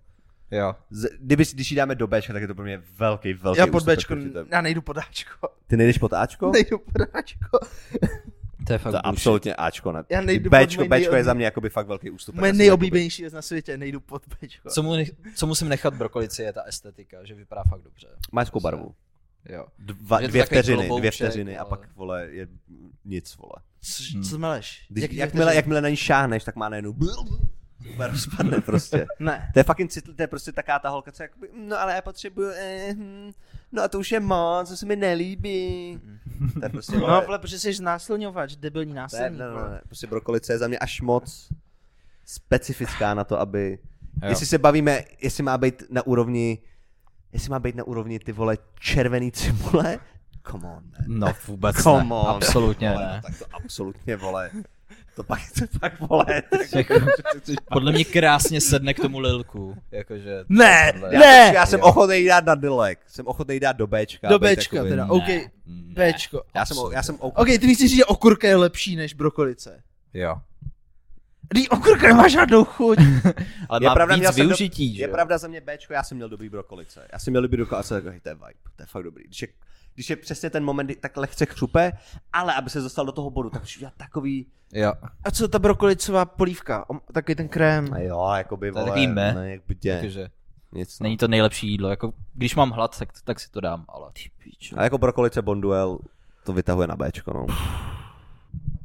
S3: Jo.
S1: Z, kdyby, když ji dáme do Bčka, tak je to pro mě velký, velký
S2: Já pod
S1: úspěch,
S2: Bčko,
S1: protože to je-
S2: já nejdu pod
S1: [laughs]
S2: Ačko.
S1: Ty nejdeš pod Ačko?
S2: Nejdu pod Ačko.
S3: To je fakt
S1: To je
S3: bullshit.
S1: absolutně Ačko. Ne.
S2: Já nejdu pod
S1: Bčko,
S2: můj
S1: Bčko je
S2: nejoblí-
S1: za mě jakoby fakt velký ústup.
S2: Moje nejoblíbenější věc na světě, nejdu pod Bčko.
S3: Co, mu, nech- co musím nechat brokolici je ta estetika, že vypadá fakt dobře.
S1: Máš jakou barvu?
S3: Jo.
S1: Dva,
S3: Je to
S1: dvě
S3: takový
S1: vteřiny, dvě
S3: klobouček,
S1: vteřiny a
S3: ale-
S1: pak, vole, je nic, vole.
S2: Co, co meleš?
S1: hmm. Když,
S2: Jaký
S1: jakmile,
S2: vteřin?
S1: jakmile na ní šáhneš, tak má najednou [laughs] úplně rozpadne prostě.
S2: Ne.
S1: To je fucking citl, to je prostě taká ta holka, co je jakoby, no ale já potřebuju, eh, hm, no a to už je moc, to se mi nelíbí.
S3: Mm-hmm.
S1: To je prostě,
S2: No,
S1: vole,
S2: vole, protože jsi znásilňovač, debilní
S1: to je,
S2: násilník.
S1: ne,
S2: vole.
S1: ne, ne, prostě brokolice je za mě až moc specifická na to, aby,
S3: Jo.
S1: jestli se bavíme, jestli má být na úrovni, jestli má být na úrovni ty vole červený cibule, come on, man.
S3: No vůbec
S1: Come
S3: ne.
S1: on.
S3: Absolutně
S1: Vole,
S3: [laughs] ne.
S1: no Tak to absolutně, vole. To pak je to fakt, vole.
S3: Jako, Podle mě krásně sedne k tomu Lilku.
S1: [laughs]
S3: Jakože...
S2: Ne,
S3: Tohle-
S1: Já,
S2: ne,
S1: já jsem
S3: Jo.
S1: ochotný dát na dilek. Jsem ochotný dát do Bčka.
S2: Do
S1: být
S2: Bčka
S1: jakoby-
S2: teda,
S3: Ne,
S2: OK,
S3: ne.
S2: Bčko.
S1: Já jsem, o- já jsem OK.
S2: OK, ty mi chceš říct, že okurka je lepší než brokolice.
S3: Jo.
S2: Ty okurka nemá žádnou chuť.
S3: Ale
S1: Je
S3: má
S1: pravda, měl
S3: víc
S1: jsem do-
S3: využití, že
S1: Je
S3: jo?
S1: pravda za mě Bčko, já jsem měl dobrý brokolice. Já jsem měl dobrý brokolice, jako hej, to je vibe. To je fakt dobrý. Když je, když je přesně ten moment, kdy tak lehce chřupe, ale aby se dostal do toho bodu, tak už udělat takový...
S3: Jo.
S2: A co ta brokolicová polívka? O, takový ten krém.
S1: A No jo, jakoby,
S3: To
S1: vole,
S3: je takový me.
S1: ne, jak by tě,
S3: Takže
S1: nic. No.
S3: není to nejlepší jídlo, jako když mám hlad, tak, tak si to dám, ale... Ty píčo.
S1: A jako brokolice Bonduel, to vytahuje na Bčko, no.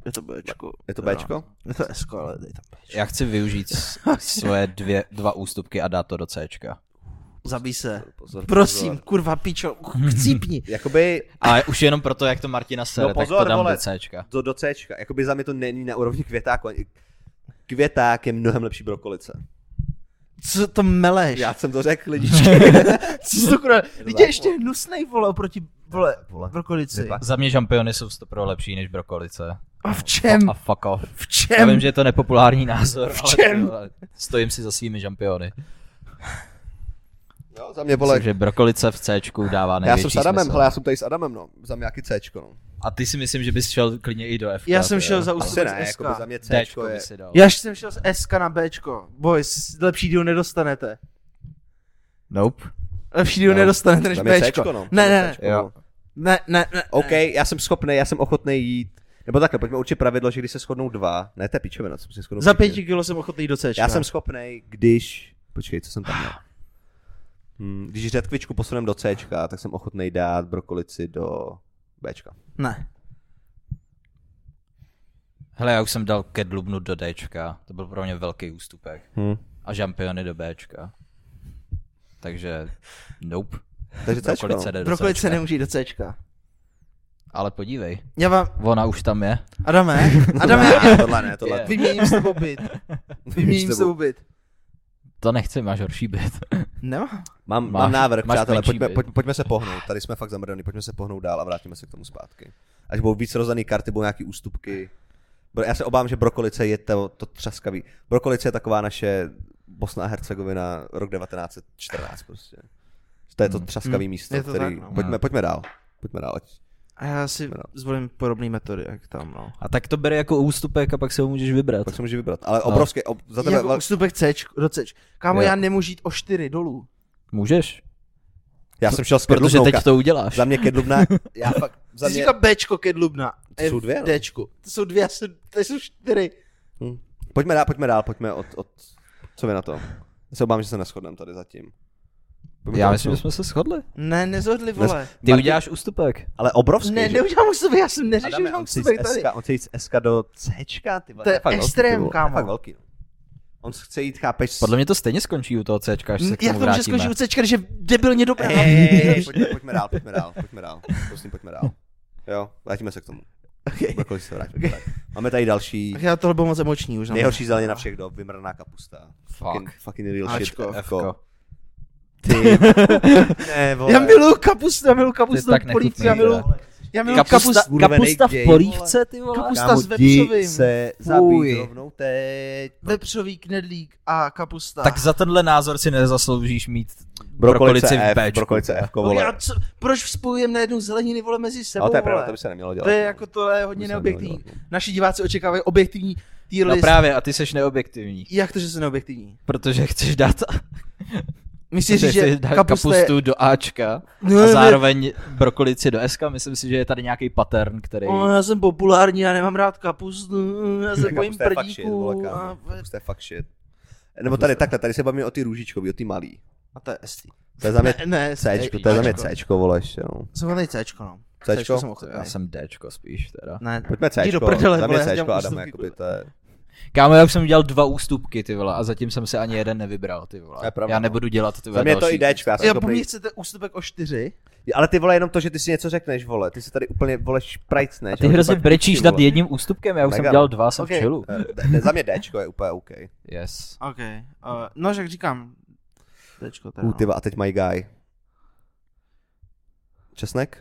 S2: Je to Bčko.
S1: Je to Bčko?
S2: Je to Sko, ale dej tam Bčko.
S3: Já chci využít
S1: [laughs]
S3: s- svoje dvě, dva ústupky a dát to do Cčka.
S2: Zabij se.
S1: Pozor,
S2: Prosím, kurva pičo, chcípni.
S1: Jakoby
S3: Ale už jenom proto, jak to Martina sere,
S1: No
S3: no,
S1: pozor,
S3: tak to dám
S1: vole.
S3: do Cčka.
S1: do, do C. Jakoby za mě to není na úrovni květáku. ani- Květák je mnohem lepší brokolice.
S2: Co to meleš?
S1: Já jsem to [laughs] řekl, lidičky.
S2: Co to kurva? Teď je ještě hnusnej, vole, oproti vole,
S1: Vole.
S2: brokolici.
S1: Vypadá-
S3: Za mě žampiony jsou stopro lepší než brokolice.
S2: A v čem?
S3: A fuck off.
S2: V
S3: Já
S2: čem?
S3: vím, že je to nepopulární názor,
S2: V
S3: ale
S2: čem?
S3: ty vole, stojím si za svými žampiony.
S1: Jo, za mě
S3: Myslím, že brokolice v Cčku dává
S1: Já
S3: největší
S1: jsem s Adamem,
S3: smysl.
S1: hele, já jsem tady s Adamem, no. Za mě jaký C. No.
S3: A ty si myslím, že bys šel klidně i do F.
S2: Já jsem šel za
S1: Asi
S2: ústupec
S1: ne,
S2: SK.
S1: jakoby za mě C.
S3: Cčko
S1: je...
S3: by si dal.
S2: Já jsem šel z SK na Bčko. Boys, lepší díl nedostanete.
S3: Nope.
S2: Lepší díl
S1: No,
S2: nedostanete než
S1: za mě
S2: Bčko.
S1: Cčko, no.
S2: Ne,
S1: Za
S2: ne,
S1: mě
S2: ne.
S1: Cčko, no.
S2: Ne, ne, ne.
S1: OK, já jsem schopný, já jsem ochotný jít. Nebo takhle, pojďme určit pravidlo, že když se shodnou dva, ne, to je píčovina, co se shodnou
S2: Za
S1: všichni.
S2: pěti kilo jsem ochotný do Cčka.
S1: Já jsem schopný, když... Počkej, co jsem tam měl? Hm, Když řetkvičku posunem do C, tak jsem ochotný dát brokolici do B.
S2: Ne.
S3: Hele, já už jsem dal kedlubnu do Dčka, to byl pro mě velký ústupek.
S1: Hm.
S3: A žampiony do Bčka. Takže nope.
S1: Takže C. No.
S3: Brokolice jde do
S2: Brokolice
S3: Cčka.
S2: nemůže jít do Cčka.
S3: Ale podívej,
S2: Já vám...
S3: ona už tam je.
S1: [laughs]
S2: Adame, Adame,
S1: Ne, tohle ne, tohle.
S3: Je.
S2: vyměním s tebou byt. Vyměním s tebou byt.
S3: To nechci, máš horší byt.
S2: Nemám.
S1: Mám,
S3: Máš-
S1: mám návrh,
S3: máš
S1: přátelé,
S3: menší
S1: pojďme,
S3: byt.
S1: pojď, pojďme se pohnout. Tady jsme fakt zamrdaný, pojďme se pohnout dál a vrátíme se k tomu zpátky. Až budou víc rozdaný karty, budou nějaký ústupky. Bro- Já se obávám, že brokolice je to, to třaskavý. Brokolice je taková naše Bosna a Hercegovina rok 1914 prostě. To je to
S3: Hmm.
S1: třaskavý místo,
S2: je to
S1: který...
S2: tak, no.
S1: pojďme, pojďme dál. Pojďme dál. ať-
S2: A já si
S1: Dobrá.
S2: zvolím podobný metody, jak tam, no.
S3: A tak to bere jako ústupek a pak si ho můžeš vybrat.
S1: Pak se může vybrat.
S3: No.
S1: Ale obrovské, ob, za tebe...
S2: Jako
S1: vel-
S2: ústupek Cčko, do Cčka. Kámo,
S3: Jo.
S2: já nemůžu jít o čtyři dolů.
S3: Můžeš,
S1: Já jsem šel s
S3: protože
S1: Kedlubnou.
S3: teď
S1: ka-
S3: to uděláš.
S1: Za mě Kedlubna... Já fakt... Za
S2: Ty jsi
S1: mě...
S2: říkal Bčko kedlubna.
S1: To jsou dvě, no.
S2: Dčku. To jsou dvě, já jsem, to jsou čtyři.
S1: Hm. Pojďme dál, pojďme dál, pojďme od, od... Co vy na to? Já se obávám, že se neschodneme tady zatím. Pojďme no.
S3: Já
S1: to
S3: myslím, že
S1: odsunout.
S3: jsme se shodli.
S2: Ne, nezhodli, vole.
S3: Ty
S1: Martin-
S3: uděláš ústupek.
S1: Ale obrovský,
S2: Ne,
S1: že?
S2: neudělám ústupek, já jsem neřešil,
S1: Adame,
S2: že mám
S1: on chce
S2: ústupek
S1: jít z
S2: tady.
S1: SK, on chce jít z SK do Cčka, ty vole.
S2: To je
S1: fakt velký,
S2: extrém,
S1: ty vole,
S2: kámo.
S1: To je fakt velký. no. On chce jít, chápeš, s-
S3: Podle mě to stejně skončí u toho C, až se k
S2: Jak
S3: tomu
S2: to může skončit
S3: vrátíme.
S2: u Cčka, když je debilně dobrá.
S1: Ej, pojďme, pojďme dál, pojďme dál, pojďme dál. Prosím, pojďme dál. Jo, vrátíme se k tomu.
S2: Okay.
S1: Na kolik se vrátím. Okay. Máme tady další
S2: [laughs] Tak já tohle bylo moc emoční už. no. na mě.
S1: nejhorší zelenina všech dob, vymrná kapusta. Fucking,
S3: Fuck.
S1: fucking real shit.
S2: Ačko.
S1: Fko.
S2: [laughs]
S1: Ty. ne, vole.
S2: Já miluju kapustu, já miluju kapustu
S3: tak
S2: v polívce,
S3: nechutný,
S2: já miluju,
S3: vole.
S2: já miluju
S3: Kapusta,
S2: kapustu.
S5: Kurvenej
S3: kapusta v
S5: gej,
S3: polívce, ty vole.
S2: Kapusta
S5: Kámo,
S2: s
S5: jdi
S2: vepřovým.
S5: se
S3: Fuj.
S5: zabít rovnou teď.
S2: Vepřový knedlík a kapusta.
S3: Tak za tenhle názor si nezasloužíš mít
S1: Brokolice
S3: brokolici v
S1: F,
S3: Bčku.
S1: brokolice F,
S2: Vole.
S1: vole.
S2: No Já, co, proč spojujeme najednou zeleniny vole mezi sebou?
S1: Ale No, to je pravda,
S2: vole?
S1: to by se nemělo dělat.
S2: to je
S1: [laughs]
S2: jako tohle je
S1: To by
S2: hodně
S1: se nemělo
S2: neobjektivní.
S1: dělat.
S2: Naši diváci očekávají objektivní tier
S3: No
S2: list.
S3: právě, a ty seš neobjektivní,
S2: Jak to, že jsem neobjektivní?
S3: protože chceš dát,
S2: Myslíš,
S3: chceš
S2: že
S3: dát
S2: kapusta je...
S3: kapustu do Ačka
S2: No,
S3: a
S2: ne.
S3: zároveň brokolici do Ska. Myslím si, že je tady nějaký pattern, který...
S2: O, já jsem populární, já nemám rád kapustu, já se
S1: Kapusta
S2: bojím
S1: je fakt shit, vole,
S2: prdíků.
S1: kámo.
S2: A...
S1: Kapusta je fakt shit. Nebo tady takhle, tady se bavíme o ty růžičkový, o ty malý.
S2: a to je ST.
S1: To je
S2: [laughs]
S1: za mě
S2: Ne, ne,
S1: Cčko, to je za mě Cčko, vole, ještě, no.
S2: Jsem hodnej Cčko, no.
S1: Cčko?
S2: jsem
S3: Já
S2: ochotný.
S3: jsem Dčko spíš teda.
S2: Ne,
S1: Pojďme
S2: Jdi do
S1: Cčko,
S2: prdele,
S1: za mě
S2: vole, já
S1: Cčko,
S2: dělám
S1: Adame,
S2: ústupky,
S1: jakoby to je...
S3: Kámo, já už jsem udělal dva ústupky, ty vole, a zatím jsem se ani jeden nevybral, ty vole.
S1: To je pravda,
S3: já
S1: no.
S3: nebudu dělat, ty vole,
S1: Za mě je to
S3: další.
S1: i Dčko, já jsem
S2: jo, po
S1: schopný-
S2: mně chcete ústupek o čtyři?
S1: Ale ty vole jenom to, že ty si něco řekneš, vole, ty si tady úplně, vole, šprajcneš.
S3: A ty hrozně brečíš nad jedním ústupkem, já už
S1: Mega,
S3: jsem
S1: no.
S3: dělal dva, jsem
S2: Okay.
S3: v čilu.
S1: Ne, Eh, za mě Dčko je úplně OK.
S3: Yes.
S2: OK. Uh, no, jak říkám, Cčko teda.
S1: U,
S2: no.
S1: ty, vole, a teď my guy. Česnek?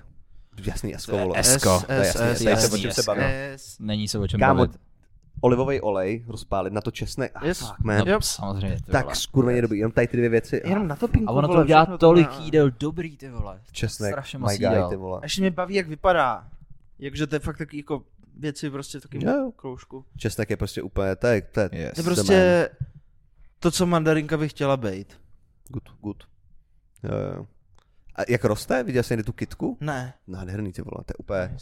S1: Jasný, esko, vole.
S3: S, Esko,
S1: to je jasný,
S2: S,
S1: jasný,
S2: S,
S1: o čem se
S2: S,
S1: bavíme.
S2: S.
S3: Není se o čem
S1: Kámo,
S3: bavit.
S1: olivový olej rozpálit, na to česnek. Ah,
S2: Yes.
S1: fuck, man.
S3: No,
S2: jo.
S3: samozřejmě, ty
S1: Tak
S3: vole.
S1: skurveně dobrý, jenom tady ty dvě věci. Ah,
S2: Jenom na topinku,
S3: A ono to
S2: vole,
S3: udělá
S2: všechno to
S3: tolik
S2: má-
S3: jídel dobrý, ty vole.
S1: Česnek,
S3: strašně moc
S1: my guy,
S3: jídel.
S1: ty vole.
S2: A Ještě mě baví, jak vypadá. Jakže to je fakt taky jako věci prostě v takovém
S1: Jo, jo.
S2: kroužku.
S1: Česnek je prostě úplně, to je, to je,
S3: Yes.
S2: To je
S1: the man.
S2: prostě to, co mandarinka by chtěla být.
S1: Good, good. Jo, jo, jo. A jak roste? Viděl jsi někdy tu kitku?
S2: Ne.
S1: Nádherný ty vole, to je úplně...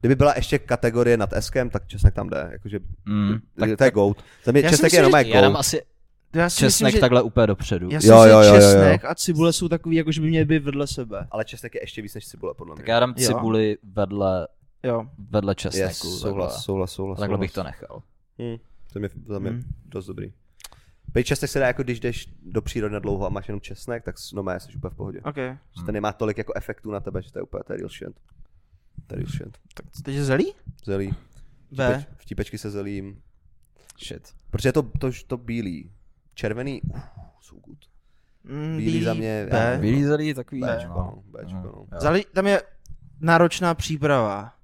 S1: Kdyby byla ještě kategorie nad Eskem, tak Česnek tam jde, jakože
S3: Mm.
S1: tak, to je gold. Za mě
S2: Já si
S1: Česnek je
S2: myslím,
S1: jenom jako
S2: že-
S1: jak
S3: Já dám
S1: gold.
S3: asi
S2: To já si
S3: česnek
S2: myslím, že,
S3: takhle úplně dopředu.
S2: Já si
S1: Jo,
S2: myslím,
S1: jo,
S2: že
S1: jo, jo, jo.
S2: česnek a cibule jsou takový, jako že by měly být vedle sebe.
S1: Ale Česnek je ještě víc než cibule, podle mě.
S3: Tak já dám
S2: Jo.
S3: cibuli vedle,
S2: Jo.
S3: vedle česneku.
S1: yes,
S3: takhle.
S1: souhlas, souhlas, souhlas, souhlas.
S3: Takhle bych to Hmm. nechal.
S1: Hm, to mě, za mě
S2: Hm.
S1: dost dobrý. Pej česnek se dá, jako když jdeš do přírody na dlouho a máš jenom česnek, tak s- no má, jsi úplně v pohodě.
S2: OK.
S1: Že to nemá tolik jako efektů na tebe, že to je úplně, to je real shit. To je real shit.
S2: Teď je zelí?
S1: Zelí.
S2: B.
S1: Vtipeč- Vtipečky se zelím.
S3: Shit.
S1: Protože to, to, to bílý. Červený, uh, jsou good.
S2: Mm,
S1: Bílý za mě- já
S2: B.
S1: nevím.
S3: Vylízalý je takový...
S1: Bčko,
S3: no.
S1: no, Bčko, no.
S3: Jo.
S2: Zali, tam je náročná příprava.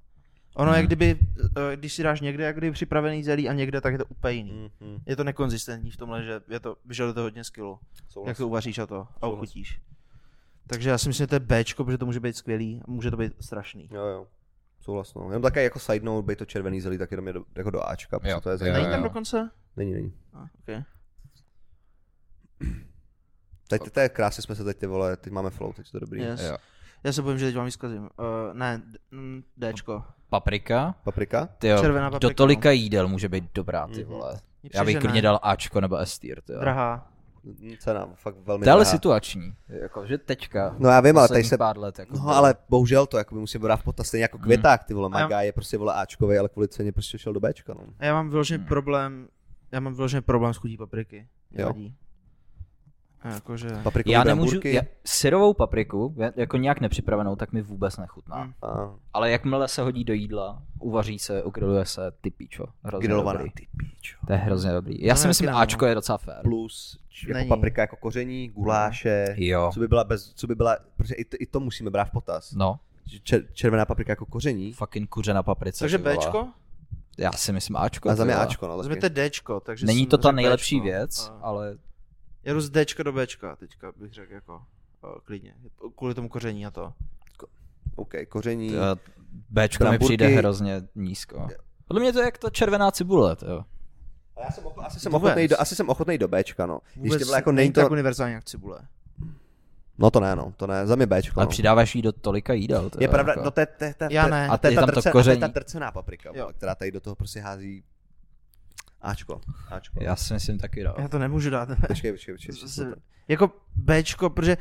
S2: Ono
S1: Hmm.
S2: je kdyby, eh, když si dáš někde, jak kdyby připravený zelí a někde, tak je to úplně jiný.
S3: Hmm.
S1: Mm-hmm.
S2: Je to nekonzistentní v tomhle, že je to, vyžaduje to hodně skillu. Jak to uvaříš a to a
S1: Souhlas.
S2: uchutíš. Takže já si myslím, že to je Bčko, protože to může být skvělý a může to být strašný.
S1: Jo, jo. Souhlas, no. Jenom také jako side note, bej to červený zelí, tak jenom je do, jako do Ačka, protože
S3: Jo.
S1: to je
S3: Jo,
S2: Není
S1: zajímavé.
S2: tam dokonce? Ah,
S1: Není, není.
S2: A, okay.
S1: Teď to je krásně, jsme se teď ty vole, teď máme flow, teď to je dobrý.
S2: Yes.
S3: Jo.
S2: Já se bojím, že teď vám ji zkazím. Uh, ne, d- mm, Dčko.
S3: Paprika?
S1: Paprika?
S3: Ty jo,
S2: Červená paprika, no.
S3: do tolika jídel může být dobrá, ty
S1: Mhm.
S3: vole.
S2: Mně přijde,
S3: Já bych
S2: že
S3: klidně
S2: ne.
S3: dal Ačko nebo S tier, ty jo.
S2: Drahá.
S1: Mm, Cena, fakt velmi
S3: To je ale
S1: drahá.
S3: situační, jako, že teďka.
S1: No já vím, ale tady
S3: posledních
S1: se-
S3: Pár Hmm. let, jako
S1: No
S3: bylo.
S1: ale bohužel to jako by musíme brát v potaz, stejně jako květák, ty vole,
S2: A já-
S1: Maga je prostě vole Ačkovej, ale kvůli ceně prostě šel do Bčka, no.
S2: A já mám vyložený hmm. problém, já mám vyložený problém s chutí papriky.
S1: Jo.
S2: Jo. Vadí. A jakože...
S1: Paprikový
S3: Já nemůžu,
S1: bramburky.
S3: já, syrovou papriku, je- jako nějak nepřipravenou, tak mi vůbec nechutná.
S2: Mm.
S1: A
S3: Ale jakmile se hodí do jídla, uvaří se, ugriluje se, ty píčo. Hrozně
S1: grilovaná,
S3: dobrý.
S1: ty píčo.
S3: To je hrozně dobrý. Já
S2: To
S3: si
S2: ne,
S3: myslím,
S2: grilovaná.
S3: Ačko je docela fér.
S1: Plus č- jako
S2: Není.
S1: paprika jako koření, guláše,
S3: Jo.
S1: co by byla bez, co by byla, protože i to, i to musíme brát v potaz.
S3: No,
S1: Že čer- červená paprika jako koření
S3: fucking kuře na paprice.
S2: Takže
S3: ty vole.
S2: Bčko?
S3: Já si myslím Ačko.
S1: a za
S3: ty
S1: mě
S3: vole.
S1: Ačko, no.
S2: Vezměte
S1: taky.
S2: Dčko, takže
S3: Není
S2: jsem
S3: to ta
S2: řekl
S3: nejlepší
S2: Dčko.
S3: věc,
S2: A-
S3: ale
S2: Já jdu z Dčka do Bčka teďka, bych řekl jako a klidně, kvůli tomu koření a to.
S1: OK, koření.
S3: eh, Bčko mi
S1: Bramburky-
S3: přijde hrozně nízko. Podle mě to je jak ta červená cibule, to
S1: No.
S3: jo.
S1: A já jsem, ocho- asi, jsem
S2: Vůbec.
S1: ochotnej do, asi jsem ochotnej do Bčka, no. Když ty vole, jako není
S2: není tak
S1: to...
S2: univerzální jak cibule.
S1: No to ne, no, to ne, za mě Bčko,
S3: Ale
S1: no.
S3: přidáváš jí do tolika jídel. ty
S1: Je
S3: jo,
S1: pravda,
S3: jako.
S1: no to je, to je, to je,
S2: Já ne.
S1: a to je,
S3: Je
S1: ta,
S3: tam to
S1: drcená, to je
S3: koření.
S1: ta drcená paprika,
S2: Jo.
S1: vole, která tady do toho prostě hází Ačko, Ačko.
S3: Já si myslím taky, no.
S2: Já to nemůžu dát.
S1: Počkej, počkej, počkej.
S2: Z-
S1: počkej.
S2: z- jako Bčko, protože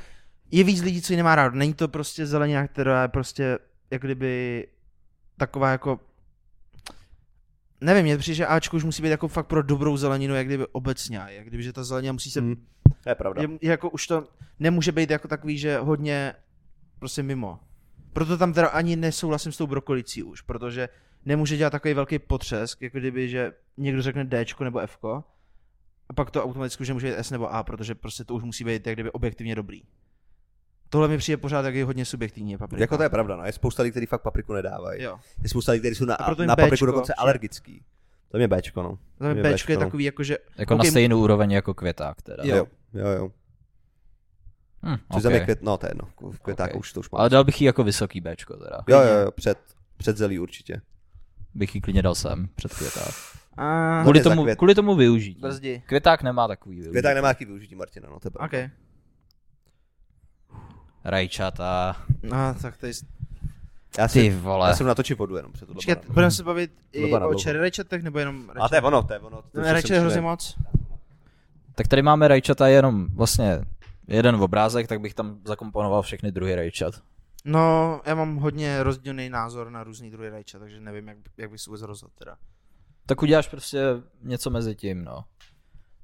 S2: je víc lidí, co ji nemá rád. Není to prostě zelenina, která je prostě jak kdyby taková jako Nevím, mě přijde, že Ačko už musí být jako fakt pro dobrou zeleninu, jak kdyby obecně, jak kdyby, že ta zelenina musí se,
S1: Hm, To je pravda.
S2: je, je jako už to nemůže být jako takový, že hodně prostě mimo. Proto tam teda ani nesouhlasím s tou brokolicí už, protože nemůže dělat takový velký potřesk, jako kdyby, že někdo řekne D nebo F. A pak to automaticky už nemůže být S nebo A, protože prostě to už musí být jak kdyby objektivně dobrý. Tohle mi přijde pořád taky hodně subjektivní paprika.
S1: Jako to je pravda, no. Je spousta lidí, kteří fakt papriku nedávají.
S2: Jo.
S1: Je spousta lidí, kteří jsou na,
S2: A proto jim
S1: na papriku
S2: Bčko,
S1: dokonce
S2: že-
S1: alergický. To je Bčko, no.
S2: Za mě
S1: Je
S2: Bčko je
S1: Bčko.
S2: takový jako, že...
S3: Jako okay.
S2: Ok,
S3: na stejnou úroveň jako květák teda.
S2: Jo.
S1: Jo, jo.
S3: Hm,
S1: Což za mě
S3: okay.
S1: květ, no to je jedno, v květáku
S3: Ok.
S1: už to už mám.
S3: Ale dal bych jí jako vysoký Bčko teda.
S1: Jo, jo, jo, před, před zelí určitě.
S3: Bych jí klidně dal sem před květák.
S2: A...
S3: Kvůli
S1: je za
S3: tomu,
S1: květ.
S3: kvůli tomu využití.
S2: Brzdi.
S3: Květák nemá takový využití.
S1: Květák nemá jaký využití, Martina, no to je pravda.
S2: OK.
S3: Rajčata.
S2: No, tak tady...
S1: Já,
S3: Ty
S1: si, já
S3: vole.
S1: jsem na to či vodu jenom před tohle.
S2: Počkat,
S1: banem.
S2: budeme se bavit i
S1: Dlouho na
S2: o
S1: dlouho.
S2: cherry rajčatech, nebo jenom
S1: A to je ono, to je ono. To,
S2: No,
S1: co jsem
S2: rajčat je hrozně
S1: četl.
S2: moc.
S3: Tak tady máme rajčata jenom vlastně jeden obrázek, tak bych tam zakomponoval všechny druhy rajčat.
S2: No, já mám hodně rozdílný názor na různý druhy rajčat, takže nevím, jak, jak bych se vůbec rozhodl teda.
S3: Tak uděláš prostě něco mezi tím, no.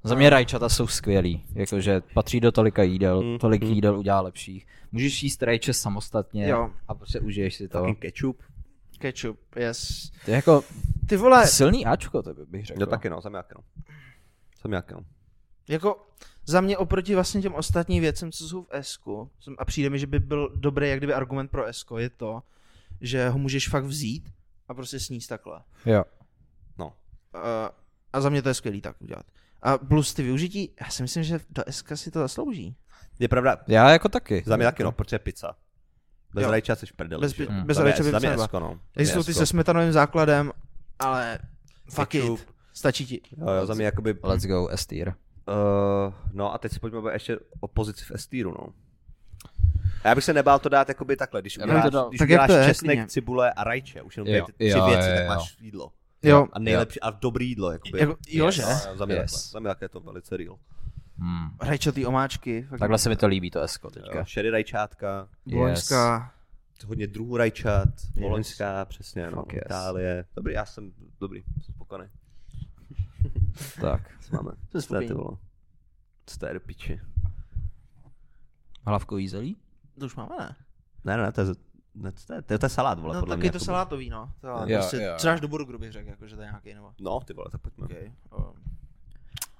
S3: Za
S1: No.
S3: mě rajčata jsou skvělí, jakože patří do tolika jídel,
S1: Mm,
S3: tolik
S1: mm.
S3: jídel udělá lepších. Můžeš jíst rajče samostatně
S2: Jo.
S3: a prostě užiješ si to.
S1: Fucking Ketchup.
S2: Ketchup, yes.
S3: To je jako
S2: Ty vole,
S3: silný Ačko, to bych řekl.
S1: Jo, taky no, jsem jak no. Jsem jak no.
S2: jako za mě oproti vlastně těm ostatním věcem, co jsou v Esku, jsem- a přijde mi, že by byl dobrý jak kdyby argument pro Esko, je to, že ho můžeš fakt vzít a prostě sníst takhle.
S3: Jo.
S1: No.
S2: A, a za mě to je skvělý tak udělat. A plus ty využití, já si myslím, že do Eska si to zaslouží.
S1: Je pravda,
S3: Já jako taky.
S1: za mě taky no, protože pizza. Bez
S2: Jo.
S1: rajčat jsi v prdeli.
S2: Bez,
S1: že jo.
S2: pi- bez
S1: Za mě-
S2: rajčat by
S1: Za mě
S2: psa
S1: esko, no.
S2: Existují ty
S1: Esko.
S2: se smetanovým základem, ale fuck
S1: Ketchup.
S2: it, stačí ti.
S1: Jo, jo, za mě jakoby...
S3: Let's go, S tier.
S1: Uh, no a teď se pojďme bavit ještě o pozici v Estíru, no. A já bych se nebál to dát jakoby takhle, když
S3: Já bych
S1: uděláš,
S3: to dal-
S1: když
S2: Tak jak
S1: uděláš
S2: to je,
S1: česnek,
S2: klidně.
S1: cibule a rajče, už jenom
S3: Jo,
S1: ty tři
S3: jo,
S1: věci,
S3: jo,
S1: tak
S3: jo.
S1: máš jídlo.
S2: Jo,
S1: A nejlepší, a dobrý jídlo, jakoby.
S2: jako, jo že?
S1: No, za mě
S3: Yes.
S1: takhle, za mě takhle je to velice real.
S3: Hmm.
S2: Rajčatý omáčky, fakt
S3: Takhle se mi to líbí, to Esko teďka.
S1: Jo, Šery rajčátka,
S2: boloňská.
S1: hodně druhů rajčat, voloňská, přesně, no,
S3: Fuck yes.
S1: Itálie. Dobrý, já jsem dobrý, jsem spokojený.
S3: Tak.
S1: Co [laughs] máme? Co to je,
S2: spokojený.
S1: ty vole? Co to je do piči?
S3: Hlavkový zelí?
S2: To už máme, ne?
S1: Ne, ne, ne, to je, ne, to je, to je, to je salát, vole,
S2: No,
S1: podle
S2: tak
S1: mě. jako
S2: je to
S1: jakoby.
S2: salátový, no. To, ale
S1: Jo,
S2: prostě,
S3: jo.
S2: Co dáš do burgeru, bych řekl, jako, že to je nějaký, nebo...
S1: No, ty vole, tak pojďme.
S2: Okay. Um,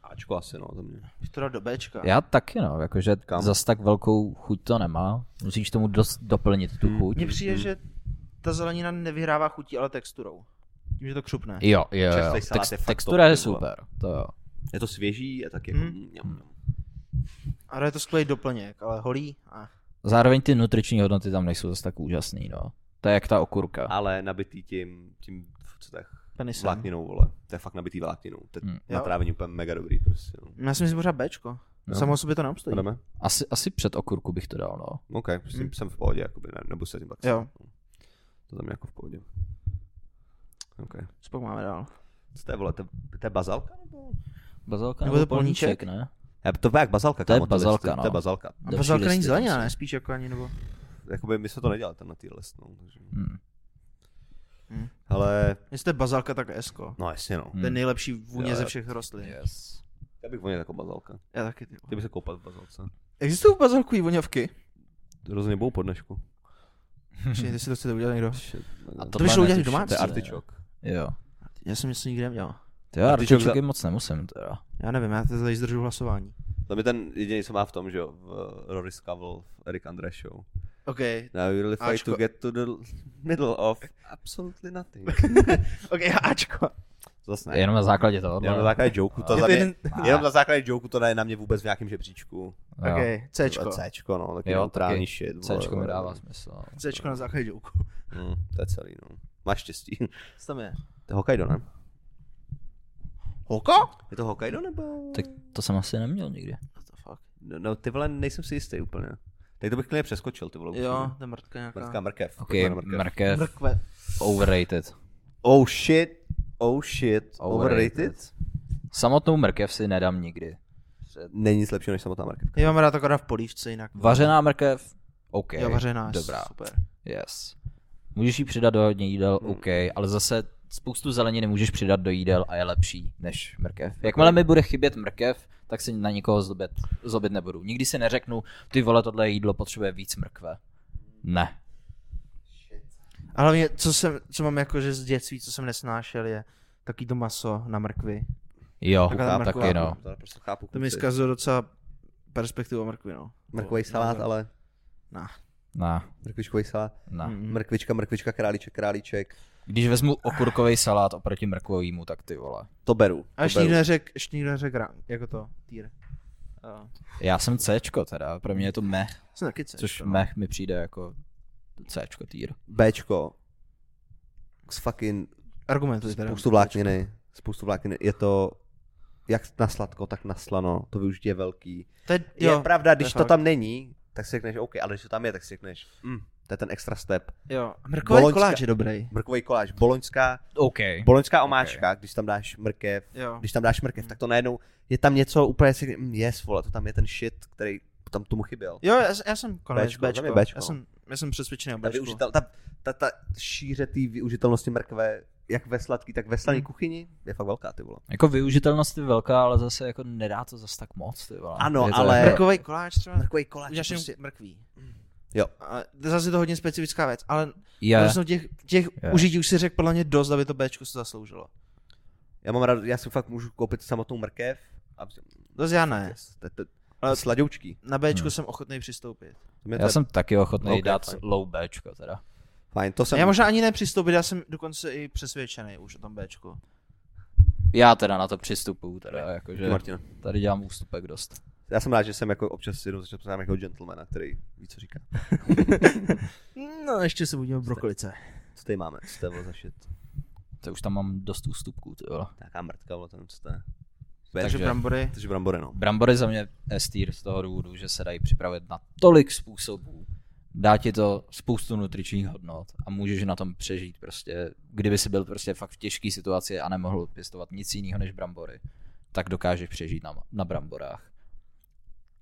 S1: Ačko asi, no, za mě.
S2: bych to dal do Bčka.
S3: Já taky no, jakože
S1: Kam?
S3: zas tak velkou chuť to nemá. Musíš tomu dost doplnit
S1: Hmm.
S3: tu chuť.
S2: Mně přijde, že ta zelenina nevyhrává chutí, ale texturou. Tím, že to křupne.
S3: Jo, jo, jo.
S1: Čerstvej salát
S3: Text,
S1: je fakt
S3: textura
S1: top,
S3: je
S1: ty vole.
S3: super, to jo.
S1: Je to svěží a tak jako...
S2: Mm.
S1: Mm. Jam, jam.
S2: Ale je to skvělý doplněk, ale holý. A...
S3: Zároveň ty nutriční hodnoty tam nejsou zase tak úžasný, no. To je jak ta okurka.
S1: Ale nabitý tím, tím, co to je,
S2: Penisem.
S1: vlákninou, vole. To je fakt nabitý vlákninou. To je
S3: Mm.
S1: mm. na trávení úplně mega dobrý, prostě. No.
S2: Já si myslím, že pořád Bčko.
S3: Jo.
S2: Samo o sobě to neobstojí.
S1: Jdeme?
S3: Asi, asi před okurku bych to dal, no.
S1: OK, s tím jsem v pohodě, jakoby, ne, nebudu se tím tak
S2: Jo.
S1: To tam je jako v pohodě. OK.
S2: Co pak máme dál?
S1: Co to je, vole, to, to je bazalka? Nebo?
S3: Bazalka
S2: Nebo
S3: nebo,
S2: to polníček?
S3: ne?
S1: Já, to je jak bazalka,
S3: To je
S1: kámo, tohle,
S3: bazalka,
S1: to, to je
S3: no.
S1: bazalka.
S2: A
S3: Další
S2: bazalka není
S3: listy tam
S2: zelenina,
S3: jsou.
S2: ne? Spíš jako ani, nebo...
S1: Jakoby my jsme to nedělali, ten na tý list, no. Takže...
S3: Hmm.
S2: Hm.
S1: Ale,
S2: Jestli to je bazalka, tak Esko.
S1: no jasně, no.
S2: To je nejlepší vůně
S1: Jo,
S2: ze
S1: jo.
S2: všech rostlin.
S3: Yes.
S1: Já bych vonil jako bazalka.
S2: Já taky. Ty.
S1: Ty by se koupat v bazalce.
S2: Existují bazalkový voňavky?
S1: Rozhodně budou po dnešku.
S2: Či ty si to chcete udělat někdo?
S3: A
S1: To
S2: To by šlo udělat
S3: netuším,
S2: domácí.
S1: je
S3: ne?
S1: artičok.
S3: Jo.
S2: Já jsem něco nikdy neměl.
S3: To já
S1: Artičok za-
S3: artičoky moc nemusím teda.
S2: Já nevím, já tady zdržu hlasování.
S1: Tam je ten jediný, co má v tom, že jo, v eh, Rory Scavel, v Eric Andre Show.
S2: OK.
S1: Now you really fight
S2: Ačko.
S1: to get to the middle of absolutely nothing.
S3: [laughs]
S2: OK, [laughs] Ačko.
S1: Zase ne.
S3: Jenom na základě toho. no.
S1: Jenom na základě joku, to
S2: Je
S1: za
S2: to
S1: mě,
S2: jeden-
S1: jenom na základě joku to je na mě vůbec v nějakém žebříčku.
S2: OK, Cčko.
S1: Cčko, no, taky
S3: Jo,
S1: neutrální
S3: taky.
S1: shit. vole,
S3: Cčko mi
S1: vole.
S3: dává smysl. no.
S2: Cčko na základě joku.
S1: Mm, to je celý, no. Máš štěstí. [laughs]
S2: Co tam je?
S1: To je Hokkaido, ne?
S2: Hoko? What
S1: Je to Hokkaido nebo?
S3: Tak to jsem asi neměl nikdy.
S2: the fuck?
S1: No, no, ty vole, nejsem si jistý úplně. Tak to bych klidně přeskočil, ty vole.
S2: Jo,
S1: upřímně.
S2: to je mrtka nějaká.
S1: Mrtka, mrkev.
S3: OK,
S1: Pojďme na
S3: mrkev,
S2: Mrkve.
S3: overrated.
S1: Oh shit. Oh shit.
S3: Overrated.
S1: Overrated?
S3: Samotnou mrkev si nedám nikdy.
S2: Eh,
S1: Není nic lepšího než samotná mrkev.
S2: Já mám rád akorát v polívce jinak.
S3: Vařená mrkev, OK.
S2: Jo, vařená,
S3: Dobrá.
S2: super.
S3: Yes. Můžeš ji přidat do hodně jídel,
S2: Hmm.
S3: OK, ale zase spoustu zeleniny můžeš přidat do jídel a je lepší než mrkev. Jakmile mi bude chybět mrkev, tak se na nikoho zlobit, zlobit nebudu. Nikdy si neřeknu, ty vole, tohle jídlo potřebuje víc mrkve. Ne.
S2: A hlavně, co, jsem, co mám jako, že z dětství, co jsem nesnášel, je taky to maso na mrkvi.
S3: Jo,
S2: Taková ta
S3: taky
S2: mrkva.
S3: no.
S1: To naprosto chápu.
S2: To mi
S1: kluci.
S2: zkazilo docela perspektivu o mrkvi, no.
S1: Mrkvej salát, ale
S3: Na,
S1: mrkvičkový salát.
S3: na.
S2: Mm.
S1: Mrkvička, mrkvička, králíček, králíček.
S3: Když vezmu okurkový salát oproti mrkvovému, tak ty vole.
S1: To beru.
S2: A
S1: to beru.
S2: ještě neřek, ještě nikdo neřek rang, jako to, týr. Uh,
S3: Já jsem Cčko teda, pro mě je to meh,
S2: jsem taky cest,
S3: což
S2: no.
S3: meh mi přijde jako Cčko týr.
S1: Bčko. S fucking
S2: Argumentuj teda.
S1: spoustu vlákniny. Spoustu vlákniny. Je to jak na sladko, tak na slano. To využití je velký.
S2: To je,
S1: Jo,
S2: jo,
S1: je pravda, když
S2: je
S1: to,
S2: fakt.
S1: tam není, tak si řekneš OK, ale když to tam je, tak si řekneš mm, to je ten extra step.
S2: Jo. A Mrkový
S1: Boloňská-
S2: koláč je dobrý.
S1: Mrkový koláž, boloňská,
S3: OK.
S1: boloňská omáčka, když tam dáš mrkev,
S2: Jo. Mm.
S1: když tam dáš mrkev, tak to najednou je tam něco úplně si mm, yes, vole, to tam je ten shit, který tam tomu chyběl.
S2: Jo, já, jsem- já jsem konec
S1: Bčko,
S2: Bčko.
S1: za mě
S2: Bčko.
S1: Bčko.
S2: Já, jsem, já jsem přesvědčený o
S1: Ta,
S2: Bčku.
S1: využitel, ta, ta, ta šíře té využitelnosti mrkve, jak ve sladký, tak ve slané
S2: Mm.
S1: kuchyni, je fakt velká, ty vole.
S3: Jako využitelnost je velká, ale zase jako nedá to zas tak moc, ty vole.
S1: Ano,
S3: Je to
S1: ale-
S3: Jako...
S2: Mrkový koláč třeba.
S1: Mrkový koláč,
S2: Já jsem
S1: prostě,
S2: prostě... mrkví.
S1: Jo.
S2: A to je zase to hodně specifická věc, ale
S3: Je,
S2: yeah. těch, těch
S3: Je.
S2: yeah. užití už si řekl podle mě dost, aby to Bčko se zasloužilo.
S1: já mám rád, já si fakt můžu koupit samotnou mrkev, a
S2: Dost já ne.
S1: yes, to, to,
S2: Ale-
S1: to sladoučky.
S2: Na Bčku hmm. jsem ochotný přistoupit.
S1: To mě to
S3: já
S1: je
S3: jsem taky ochotný
S1: OK,
S3: okay, dát
S1: fajn.
S3: low Bčko teda.
S1: Fajn, to jsem...
S2: Já možná ani nepřistoupit, já jsem dokonce i přesvědčený už o tom Bčku.
S3: Já teda na to přistupuju teda, jakože
S1: Ty, Martina.
S3: tady dělám ústupek dost.
S1: Já jsem rád, že jsem jako občas jednou začal poznám jako gentlemana, který ví, co říká.
S2: No, ještě se budíme brokolice.
S1: Co tady máme? Co to je vole za shit?
S3: To už tam mám dost ústupků, ty vole.
S1: Nějaká mrtka, vole, tam co to je?
S2: Takže
S3: Takže-
S2: brambory.
S1: Takže brambory, no.
S3: Brambory za mě estýr z toho důvodu, že se dají připravit na tolik způsobů. Dá ti to spoustu nutričních hodnot a můžeš na tom přežít prostě. Kdyby si byl prostě fakt v těžké situaci a nemohl pěstovat nic jiného než brambory, tak dokážeš přežít na, na bramborách.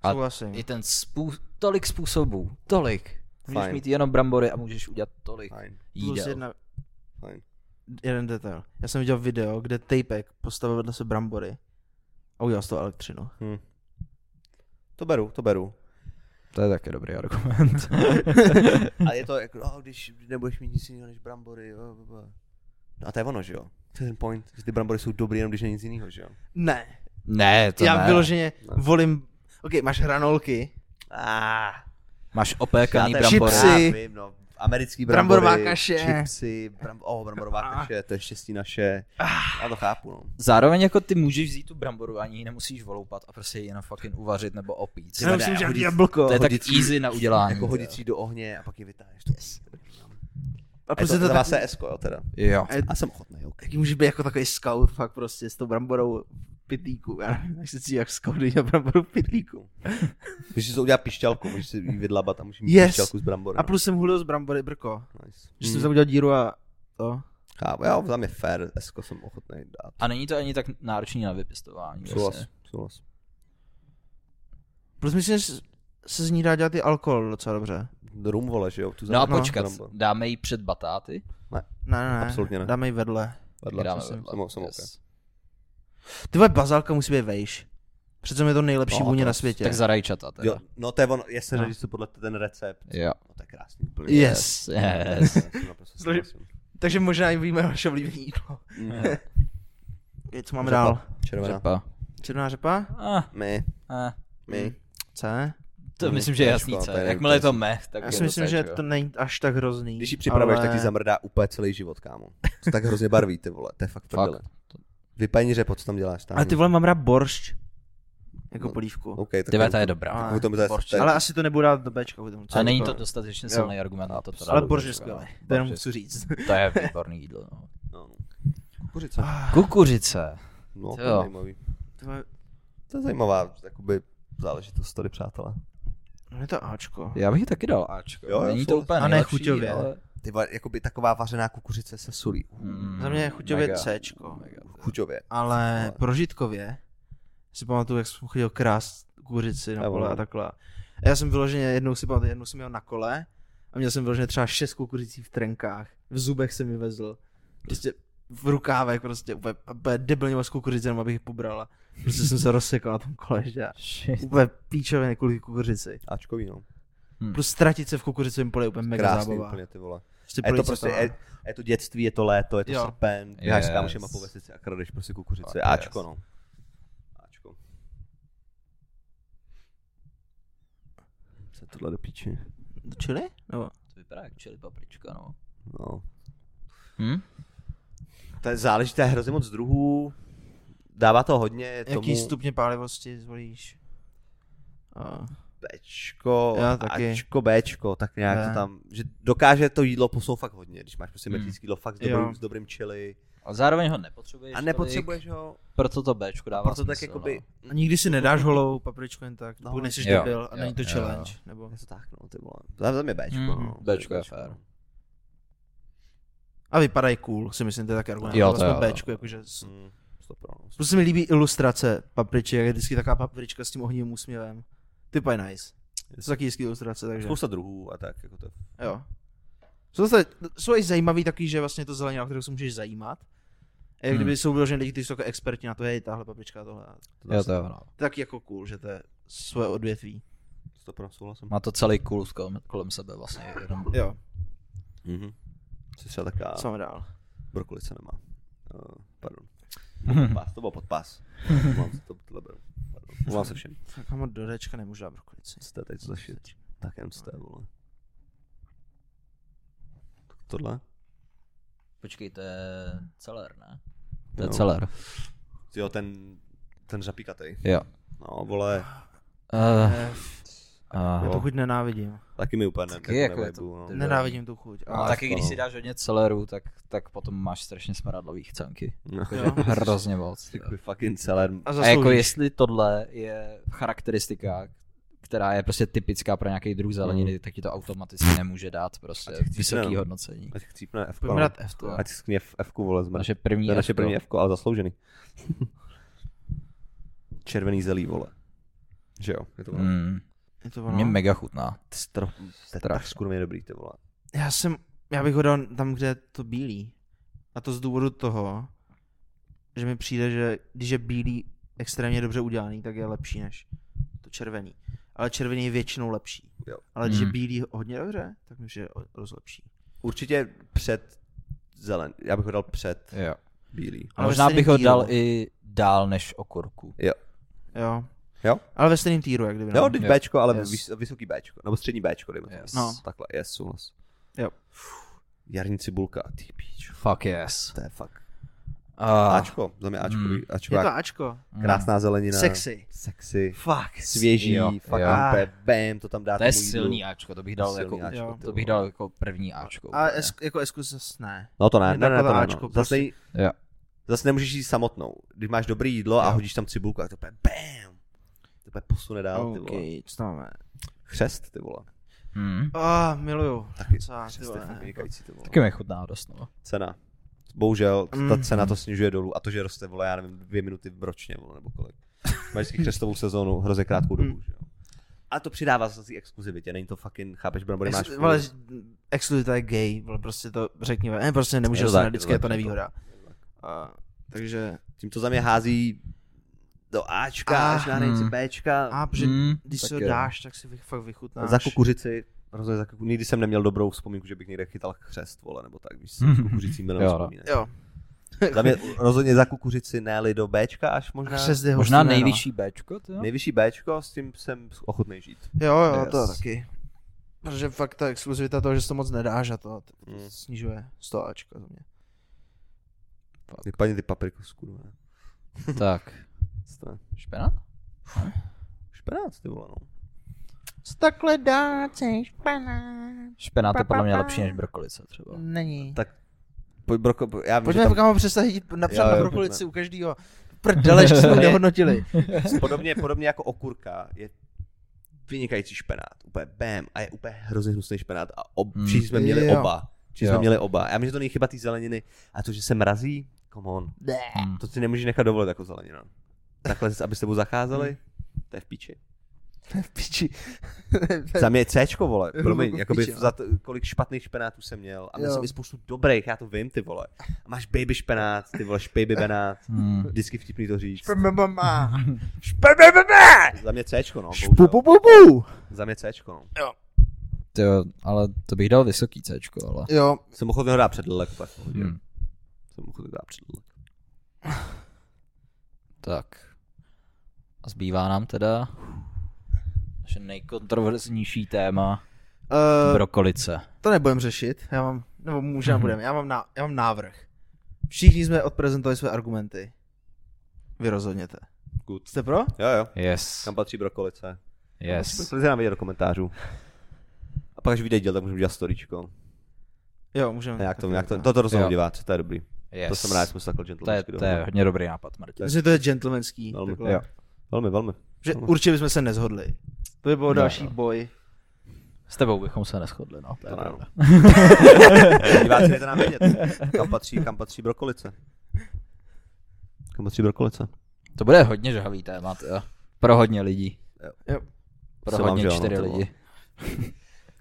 S3: A-
S2: Souhlasím.
S3: Je ten spů, tolik způsobů, tolik. Můžeš
S1: Fajn.
S3: Fajn. mít jenom brambory a můžeš udělat tolik
S1: Fajn,
S2: Plus
S3: jídel.
S2: jedna,
S1: fajn.
S2: jeden detail. Já jsem viděl video, kde Tapek postavil vedle se brambory a udělal z toho elektřinu.
S1: To beru, to beru.
S3: To je taky dobrý argument.
S1: [laughs] A je to jako, no, když nebudeš mít nic jiného než brambory, jo, jo, jo. No a to je ono, že jo? To je ten point, že ty brambory jsou dobrý, jenom když není nic jiného, že jo?
S2: Ne,
S3: [laughs] ne, to
S2: to já
S3: ne.
S2: ne. vyloženě volím... Ok, máš hranolky,
S1: Ah,
S3: Máš opékaný
S1: já
S3: brambory.
S1: to já vím, no. Americký brambory,
S2: Bramborová kaše. Ah.
S1: chipsy, bram, oh, bramborová kaše, to je štěstí naše. Já to chápu, no.
S3: Zároveň jako ty můžeš vzít tu bramboru, ani ji nemusíš voloupat a prostě ji jenom fucking uvařit nebo opít.
S2: já musím žádný
S1: hodit-
S2: jablko.
S3: to je tak
S1: hodit si-
S3: easy na udělání.
S1: Jako
S3: jo.
S1: hodit jí do ohně a pak ji vytáhneš. Yes.
S2: A
S1: A je
S2: prostě
S1: to, to,
S2: to,
S1: to
S2: tak,
S1: se esko, jo, teda.
S3: Jo.
S2: A je-
S1: A jsem ochotný, OK.
S2: jaký může být jako takový scout fakt prostě s tou bramborou v pitlíku. Já nevím, jak se cítí jak scout, když měl bramboru v pitlíku.
S1: Můžeš si to udělat pišťalku, můžeš si ji vydlabat a můžeš mít yes.
S2: Yes.
S1: pišťalku z brambory.
S2: A plus jsem hulil z brambory brko.
S1: no. nice.
S2: Že jsem tam udělal díru a to.
S1: Chápu, já za mě fair, esko jsem ochotný dát.
S3: A není to ani tak náročný na vypěstování.
S1: Souhlas,
S3: vlastně.
S1: souhlas.
S2: Plus myslím, že s- se z ní dá dělat i alkohol docela dobře.
S1: Rum vole, že jo? Tu
S3: No a
S1: zároveň
S3: počkat,
S1: brambor.
S3: dáme ji před batáty?
S2: Ne, ne, ne.
S1: Absolutně ne.
S2: Dáme ji vedle.
S1: Vedle,
S3: dáme
S1: jsem-
S3: vedle.
S1: jsem- jsem
S3: Yes.
S1: OK.
S2: Ty vole, bazálka musí být vejš. Přece je to nejlepší
S3: No,
S2: vůně
S3: to-
S2: na světě.
S3: Tak za rajčata teda.
S1: Jo,
S3: Jo.
S1: no to je ono, jasně,
S2: No.
S1: no. když to podle ten recept.
S3: jo.
S1: No to je krásný. Úplně.
S2: Yes.
S1: Já
S3: yes.
S1: s tím naprosto
S2: Složi-
S1: souhlasím.
S2: Takže možná i víme vaše oblíbené jídlo. [laughs]
S1: Mm.
S2: Co máme
S1: Řepa.
S2: dál?
S1: Červená.
S3: Řepa.
S2: Černá řepa?
S3: Ah,
S1: My,
S3: ah.
S1: my.
S2: C?
S3: To
S1: Mm,
S3: myslím, že je
S1: Cčko,
S3: jasný
S1: to je
S3: C.
S1: nejlepší.
S3: Jakmile je to meh, tak
S2: Já
S3: je
S2: si myslím, že
S3: Cčko.
S2: to není až tak hrozný.
S1: Když ji připravuješ,
S2: ale-
S1: tak ti zamrdá úplně celý život, kámo. To tak hrozně barví, ty vole, to je fakt v prdele. Vypaní řepo, co tam děláš? Tam.
S2: Ale ty vole, mám rád boršč. Jako
S1: No.
S2: polívku.
S1: OK, tak
S3: Ty vole, ta je dobrá.
S1: Tak to mi
S3: Boršč.
S1: zase...
S2: Ale asi to nebudu dát do Bčka. kvůli tomu, co
S3: A
S2: je
S3: není
S2: to-
S3: to dostatečně
S2: Jo.
S3: silný argument na to. to dát
S2: Ale
S3: do
S2: boršč je
S3: Cčka.
S2: skvělý. To
S3: Boršč
S2: jenom
S3: je-
S2: chci říct.
S3: To je výborný jídlo. No.
S1: No. Kukuřice.
S2: Ah,
S3: Kukuřice.
S1: No, to je
S3: Jo.
S1: zajímavý.
S2: Ty vole,
S1: To je zajímavá jakoby, záležitost tady, přátelé.
S2: no Je to Ačko.
S3: Já bych ji taky dal Ačko.
S1: Jo, jo,
S3: Není to
S1: souhlas.
S3: úplně
S2: A ne
S3: nejlepší,
S2: chuťově.
S3: ale-
S1: Ty vole, jakoby taková vařená kukuřice se solí.
S3: Mm,
S2: Za mě je chuťově
S3: mega.
S2: Cčko.
S1: Chuťově.
S2: Ale
S1: Ale-
S2: prožitkově si pamatuju, jak jsem chodil krást kuřici na
S1: Já
S2: pole a
S1: vím.
S2: takhle. A já jsem vyloženě, jednou si pamatuju, jednou jsem jel na kole a měl jsem vyloženě třeba šest kukuřicí v trenkách. V zubech jsem mi vezl. Prostě v rukávech prostě úplně, úplně debilně moc kukuřice, jenom abych je pobrala. Prostě jsem se rozsekal na tom kole ještě. a
S3: Shit.
S2: Úplně píčově kvůli kukuřici.
S1: Ačkový, no.
S2: Plus ztratit se v kukuřicovém poli je úplně mega
S1: Krásný
S2: zábava.
S1: úplně, ty vole.
S2: Prostě
S1: A je to
S2: prolice
S1: prostě,
S2: toho.
S1: je, je to dětství, je to léto, je to
S2: Jo.
S1: srpen, běháš s
S3: Yes.
S1: kámošema po vesnici a kradeš prostě kukuřice.
S3: A-
S1: Ačko,
S3: yes.
S1: no. Ačko. Co je tohle do píči?
S2: Do Chile? Nebo?
S3: To vypadá jak čili paprička, no.
S1: No.
S3: Hm?
S1: To je záleží, to je hrozně moc druhů. Dává to hodně tomu...
S2: Jaký stupně pálivosti zvolíš? A,
S1: Bčko,
S2: Já taky.
S1: Ačko, Bčko, tak nějak
S2: Ne.
S1: to tam, že dokáže to jídlo posunout fakt hodně, když máš prostě
S3: Hmm.
S1: mexický jídlo fakt s
S2: Jo.
S1: dobrým, s dobrým chili
S3: A zároveň ho nepotřebuješ
S1: a nepotřebuješ ho,
S3: Tolik, proto to Bčko vlastně dává
S1: proto
S3: smysl,
S1: tak jakoby,
S2: a nikdy si nedáš holou papričku jen tak, pokud
S1: No,
S2: nejsi
S3: jo,
S2: debil a
S3: jo,
S2: není to
S3: jo,
S2: challenge. Nebo...
S1: je to tak no, ty vole, tam, tam je Bčko,
S3: Mhm.
S1: no.
S3: Bčko je
S1: no.
S3: fér.
S2: A vypadají cool, si myslím, to je tak argument.
S3: Jo, to
S2: vlastně
S3: jo, jo.
S2: Bčko, jakože... s-
S1: Mm, stop, no.
S2: Prostě mi líbí ilustrace papriček, jak je vždycky taková paprička s tím ohnivým úsměvem. Ty je nice. To jsou taky hezký ilustrace, takže
S1: Spousta druhů a tak, jako to.
S2: jo. Jsou, zase, jsou i zajímavý takový, že vlastně to zeleně, o kterou se můžeš zajímat. A jak
S3: Hmm.
S2: kdyby jsou vyložené lidi, kteří jsou jako experti na to, hej, tahle paprička, tohle.
S1: to
S3: Jo, to jo, no.
S2: Tak jako cool, že to je svoje odvětví.
S1: Stop, no, souhlasím.
S3: Má to celý kulus kolem, kolem sebe vlastně. Jenom.
S2: Jo,
S1: Mhm. Jsi třeba taká
S2: co máme dál?
S1: brokolice nemá. Uh,
S3: [laughs]
S1: pardon. Podpás, to bylo podpás. Mám se to, tohle beru. Pardon. Mluvám se všem.
S2: Tak kámo, do Dčka nemůžu dát brokolici.
S1: Co to je teď za shit? Tak jen co to je, vole. Tak Tohle?
S3: Počkej, to je celer, ne? To je
S1: Jo.
S3: celer.
S1: Jo, ten, ten řapíkatej.
S3: Jo.
S1: No, vole,
S3: Uh,
S2: Eh, já
S3: uh,
S2: tu chuť nenávidím.
S1: taky mi úplně ne,
S3: Taky jako je
S1: nevibu,
S3: to-
S1: no.
S3: to je-
S2: Nenávidím tu chuť.
S3: a
S2: Ale
S3: taky když
S1: no.
S3: si dáš hodně celerů, tak, tak potom máš strašně smradlový chcenky. Jako,
S1: No.
S2: Jo.
S3: Hrozně moc. jo.
S1: Takový fucking celer.
S2: a
S3: A jako
S2: zasloužíš.
S3: jestli tohle je charakteristika, která je prostě typická pro nějaký
S1: Hmm.
S3: druh zeleniny, tak ti to automaticky nemůže dát prostě vysoký
S1: no.
S3: hodnocení.
S1: Ať chcípne F,
S2: Pojďme dát F,
S3: jo.
S1: Ať skně F, vole, zmrde.
S3: Naše
S1: To
S3: první
S1: je naše
S3: Fko.
S1: první F, ale zasloužený. [laughs] Červený zelí, vole. Že jo, je to no. ono.
S3: Mm,
S2: Je to no.
S3: mě
S2: ono.
S3: mega chutná.
S1: Strop, tetrax, kurva, je dobrý, ty vole.
S2: Já jsem, já bych ho dal tam, kde je to bílý. A to z důvodu toho, že mi přijde, že když je bílý extrémně dobře udělaný, tak je lepší než to červený. Ale červený je většinou lepší.
S1: Jo.
S2: Ale když je
S3: Hmm.
S2: bílý hodně dobře, tak mi je rozlepší.
S1: Určitě před zelen, já bych ho dal před
S3: Jo.
S1: bílý.
S3: A
S2: Ale
S3: možná
S2: ve stejném
S3: bych ho
S2: týru.
S3: dal i dál než okurku.
S2: Jo.
S1: Jo?
S2: Ale ve stejném týru, jak kdyby. no.
S1: Jo, teď
S3: Jo.
S1: Bčko, ale
S2: Yes.
S1: vys, vysoký Bčko, nebo střední Bčko, dejme tomu.
S3: Yes.
S2: No.
S1: Takhle, yes, souhlas.
S2: Jo.
S1: Jarní cibulka, ty píču.
S3: Fuck yes.
S1: To je fakt.
S3: Ah,
S1: Ačko, za mě Ačko.
S3: Mm.
S1: Ačko,
S2: Je to Ačko.
S3: mm.
S1: krásná zelenina.
S2: Sexy.
S1: Sexy.
S2: Fuck.
S1: Svěží,
S3: Jo,
S1: jo,
S3: jo.
S1: fucking úplně, bam, to tam dá
S3: To je
S1: tomu jídlu.
S3: silný Ačko, to bych dal
S1: Silný
S3: jako,
S1: Ačko,
S2: jo.
S1: ty
S3: to bych
S1: vole.
S3: dal jako první Ačko.
S2: A
S3: úplně.
S2: es, jako esku zase ne.
S1: No to ne,
S2: Je
S1: ne, ne, to
S2: takové
S1: ne,
S2: Ačko,
S1: no. Zase, nej,
S3: Jo.
S1: zase nemůžeš jíst samotnou. Když máš dobrý jídlo a
S3: Jo.
S1: hodíš tam cibulku, tak to úplně bam. To úplně posune dál, ty vole.
S2: OK, co tam máme?
S1: Chřest, ty vole.
S3: Hmm.
S2: Ah, miluju.
S1: Taky
S2: Co, ty
S1: chřest je
S2: vole.
S1: fakt vynikající, ty vole.
S3: Taky mi chutná dost, no.
S1: Cena. Bohužel, ta
S2: Mm.
S1: cena to snižuje dolů a to, že roste, vole, já nevím, dvě minuty ročně, vole, nebo kolik. Máš vždycky chřestovou sezónu, hrozně krátkou dobu, že jo. A to přidává zase té exkluzivitě, není to fucking, chápeš, brambory máš.
S2: Ex-
S1: v
S2: vole,
S1: půli.
S2: exkluzita je gay, vole, prostě to řekni, ne, prostě
S1: Je
S2: nemůže
S1: to
S2: se na
S1: tak,
S2: vždycky,
S1: je
S2: je
S1: to
S2: to
S1: tak, je to
S2: nevýhoda. A, takže,
S1: Tím to za mě hází do Ačka,
S2: Ah,
S1: až na hranici
S3: hm.
S1: Bčka.
S2: a protože
S3: Mm,
S2: když
S1: Hmm, tak
S2: si ho
S1: jo.
S2: dáš, tak si vy, fakt vychutnáš.
S1: Za kukuřici, rozhodně za kuku... nikdy jsem neměl dobrou vzpomínku, že bych někde chytal chřest, vole, nebo tak, víš,
S3: [laughs]
S1: s kukuřicí mi
S3: Jo, no.
S2: Jo.
S1: [laughs] Za mě rozhodně za kukuřici, ne do Bčka až možná.
S2: Přes jeho
S3: Možná
S2: sněno.
S3: nejvyšší Bčko, to jo?
S1: Nejvyšší Bčko, s tím jsem ochotný žít.
S2: Jo, jo,
S3: Yes.
S2: to taky. Protože fakt ta exkluzivita toho, že se to moc nedáš a to, to
S1: Mm.
S2: snižuje 100 Ačka za mě.
S1: Vypadni ty paprikos, kurva.
S3: [laughs] Tak.
S1: Co to je?
S3: Špenát?
S1: Špenát, ty vole, no.
S2: Takhle dáte španá.
S3: Špenát
S2: Pa, pa,
S3: je podle mě
S2: pa.
S3: lepší než brokolice třeba.
S2: Není.
S1: Tak Pojď, broko, po- já vím,
S2: Pojďme
S1: že tam
S2: tam... přestat jít napřed
S1: Jo, jo,
S2: na brokolici u každého. Prdele, ještě jsme
S1: [laughs]
S2: ho nehodnotili.
S1: podobně, podobně jako okurka je vynikající špenát, úplně bam, a je úplně hrozně hnusný špenát a ob,
S3: Hmm.
S1: všichni jsme měli
S2: Jo.
S1: oba. Všichni jsme
S3: Jo.
S1: měli oba. Já myslím, že to není chyba té zeleniny a to, že se mrazí, come on.
S3: Hmm.
S1: To si nemůžeš nechat dovolit jako zelenina. Takhle, aby s tebou zacházeli,
S2: Hmm.
S1: to je v píči.
S2: V piči. [laughs]
S1: Za mě je Cčko, vole, promiň,
S2: v
S1: jakoby
S2: píči, no.
S1: za to, kolik špatných špenátů jsem měl a měl
S2: Jo.
S1: jsem i spoustu dobrých, já to vím, ty vole. A máš baby špenát, ty vole, špejby
S3: [laughs]
S1: benát,
S3: Hmm.
S1: vždycky vtipný to říct.
S2: Špememama.
S1: Za mě Cčko, no, bohužel.
S2: Špupupupu.
S1: Za mě Cčko, no.
S3: Ty jo, ale to bych dal vysoký C, ale...
S2: Jo,
S1: Jsem ochotný ho dát před lelek, pak ho hodil.
S3: Hmm.
S1: Jsem ochotný dát před lelek.
S3: Tak. A zbývá nám teda naše nejkontroverznější téma
S1: Eh,
S2: uh,
S3: brokolice.
S2: to nebudem řešit, já mám, nebo
S1: Mhm.
S2: můžeme, budeme, já mám, ná, já mám návrh. Všichni jsme odprezentovali své argumenty. Vy rozhodněte.
S1: Good.
S2: Jste pro?
S1: Jo, jo.
S3: Yes,
S1: Kam patří brokolice?
S3: yes.
S1: Slize nám vidět do komentářů. A pak, až vyjde díl, tak můžeme udělat storíčko.
S2: Jo, můžeme.
S1: A jak to, jak to, to, to rozhodnou
S3: Jo.
S1: diváci, to je dobrý.
S3: yes.
S1: To jsem rád, že jsme se takhle
S3: to je,
S1: gentlemanský
S3: to je hodně dobrý nápad, Martin.
S2: Myslím, že to je gentlemanský.
S1: Velmi.
S2: takhle.
S3: Jo.
S1: Velmi, velmi.
S2: Že určitě bychom se nezhodli. To by bylo další
S3: no.
S2: boj.
S3: S tebou bychom se neschodli, no.
S1: To ne, no.
S3: [laughs]
S1: Diváci, dejte nám vědět. Kam patří, kam patří brokolice? Kam patří brokolice?
S3: To bude hodně žhavý téma, jo. Pro hodně lidí.
S2: Jo.
S3: Pro
S1: Se vám,
S3: hodně
S1: že ano,
S3: čtyři
S1: to bylo.
S3: lidi.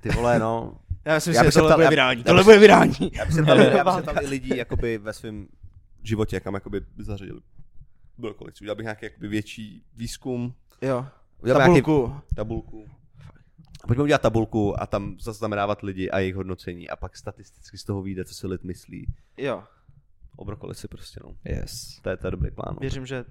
S1: Ty vole, no.
S2: Já si
S1: Já
S2: myslím,
S1: bych
S2: že
S1: se
S2: tohle
S1: ptal-
S2: bude
S1: já-
S2: virální.
S1: já
S2: Tohle
S1: bych-
S2: bude virální.
S1: Já bych se tam, já bych se tam i lidi jakoby ve svém životě, kam jakoby zařadil brokolici. Udělal bych nějaký jakoby větší výzkum.
S2: Jo.
S1: Udělal bych nějaký
S2: Tabulku.
S1: tabulku. Pojďme udělat tabulku a tam zaznamenávat lidi a jejich hodnocení a pak statisticky z toho vyjde, co si lid myslí.
S2: Jo.
S1: O brokolici prostě, no.
S3: Yes.
S1: To je, to je dobrý plán. No.
S2: Věřím, že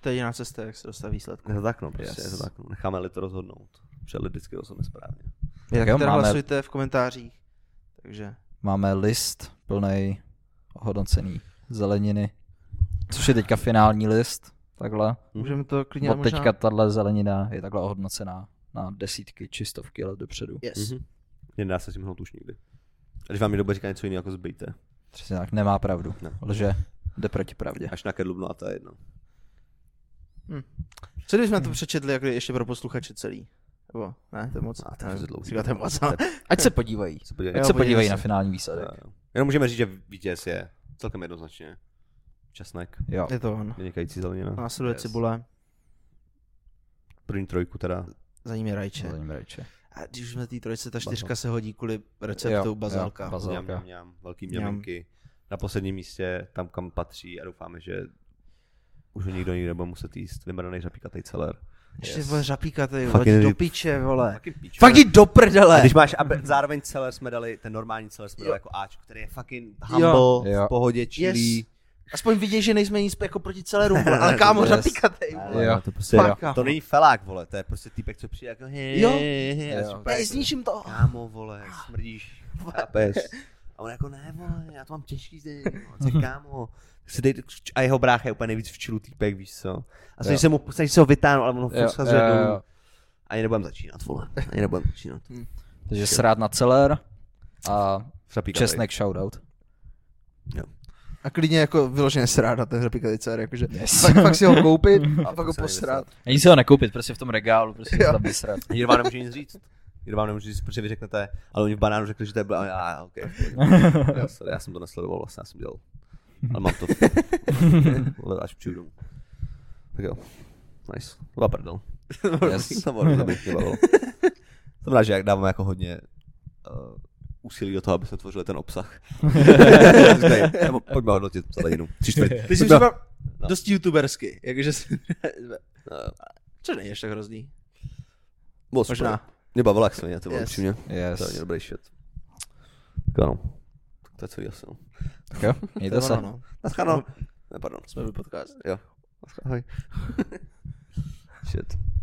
S2: to je jediná cesta, jak se dostat výsledku.
S1: Je to tak, no, prostě,
S3: Yes.
S1: je to tak, no. Necháme lid rozhodnout. Protože lid vždycky rozhodne správně.
S3: Tak
S2: Tak
S3: jo,
S2: teda
S3: máme-
S2: hlasujte v
S1: Mhm.
S2: komentářích. Takže
S3: Máme list plný hodnocený zeleniny, což je teďka finální list, takhle.
S2: můžeme to klidně
S3: Od
S2: dát možná...
S3: teďka tahle zelenina je takhle ohodnocená na desítky či stovky let dopředu.
S2: Yes.
S1: Mhm. Nedá se s tím hnout už nikdy. A když vám někdo bude říkat něco jiného, jako zbejte.
S3: Přesně tak, nemá pravdu.
S1: Ne.
S3: Lže, jde proti pravdě.
S1: Až na kedlubno a to je jedno.
S2: Co kdybychom to přečetli jako ještě pro posluchače celý? Nebo ne, to je moc.
S1: A to
S2: ne,
S1: je dlouhý.
S2: říkáte moc.
S1: To je-
S3: Ať se podívají.
S1: se podívej.
S3: Ať
S2: Jo,
S3: se
S2: podívej
S3: podívají
S2: se.
S3: na finální výsledek.
S1: Jo, jo. Jenom můžeme říct, že vítěz je celkem jednoznačně. Česnek,
S3: Jo.
S2: [laughs] Je to on.
S1: vynikající zelenina.
S2: Následuje
S3: Yes.
S2: cibule,
S1: První trojku teda.
S2: za ním je rajče.
S3: Zeleniny rajče.
S2: A když už jsme té trojce, ta čtyřka se hodí kvůli receptu
S3: Jo, jo,
S2: bazálka.
S3: bazálka.
S1: Mňam, mňam, mňam, velký
S2: Mňam.
S1: mňaminky. Na posledním místě, tam kam patří a doufáme, že už ho nikdo nikdy nebude muset jíst. Vymrdaný řapíkatej celer.
S2: Ještě vole řapíkate,
S1: Fucking
S2: hodí do
S1: rip.
S2: piče, vole.
S1: píč. [laughs]
S2: Fakt jdi do
S1: A
S2: prdele!
S1: když máš, a be- zároveň celer jsme dali, ten normální celer jsme dali jako Ačko, který je fucking humble,
S3: Jo.
S1: v pohodě, chillí.
S2: Yes. Aspoň viděj, že nejsme nic jako proti celému, [laughs] vole, ale kámo,
S3: Yes.
S2: řapíkatej, vole.
S3: Jo.
S1: to prostě
S2: Fakt, kámo.
S1: To není felák, vole, to je prostě týpek, co přijde jako hej,
S2: Jo.
S1: hej, hej, a
S3: Jo.
S1: super.
S2: Ne, zničím to.
S1: Kámo, vole, smrdíš, chápeš. Ah. A on jako, ne, vole, já to mám těžký No, zde, kámo. [laughs] Se dej, a jeho brácha je úplně nejvíc včilu týpek, víš co. A
S3: Jo.
S1: snaží se, mu, snaží se ho vytáhnout, ale on ho
S3: Jo,
S1: furt schazuje
S3: jo, jo.
S1: dolů. Ani nebudem začínat, vole, ani nebudem začínat.
S3: Takže srát na celer a
S1: Řapíka
S3: česnek shoutout.
S2: A klidně jako vyloženě srádat ten řapíkatej cer, jakože
S3: Yes.
S2: fakt, fakt si ho koupit a
S1: A
S2: pak ho
S1: se
S2: posrát.
S3: [laughs] Ani si ho nekoupit, prostě v tom regálu, prostě
S2: Jo.
S3: se tam vysrat.
S1: tady. Nikdo vám nemůže nic říct. Nikdo vám nemůže říct, protože vy řeknete, ale oni v banánu řekli, že to je byla, a já, ok. v pohodě. Já, sorry, já jsem to nesledoval, vlastně já jsem dělal. Ale mám to. Vole, Až přijdu domů. Tak jo. Nice. To byla prdel.
S3: Yes.
S1: to bylo dobrý, mě bavilo. Jsem rád, že jak dáváme jako hodně uh, úsilí do toho, aby se tvořil ten obsah. Říkají, "Nebo Pojďme hodnotit zeleninu. Tři čtvrt.
S2: Ty
S1: Pojďme-
S2: jsi třeba dost youtubersky, jakože si... Což není ještě tak hrozný.
S1: Moc
S2: Možná.
S1: Možná. Mě bavilo, jak svině, to bylo
S2: Yes.
S1: upřímně.
S3: Yes.
S1: To je hodně dobrý shit. Tak ano. Tak to je celý asi. no.
S3: Tak jo, mějte se.
S2: Ono, no.
S1: Naschledanou. Ne, pardon.
S2: Jsme byli podcast.
S1: Jo. Ahoj. [laughs] shit.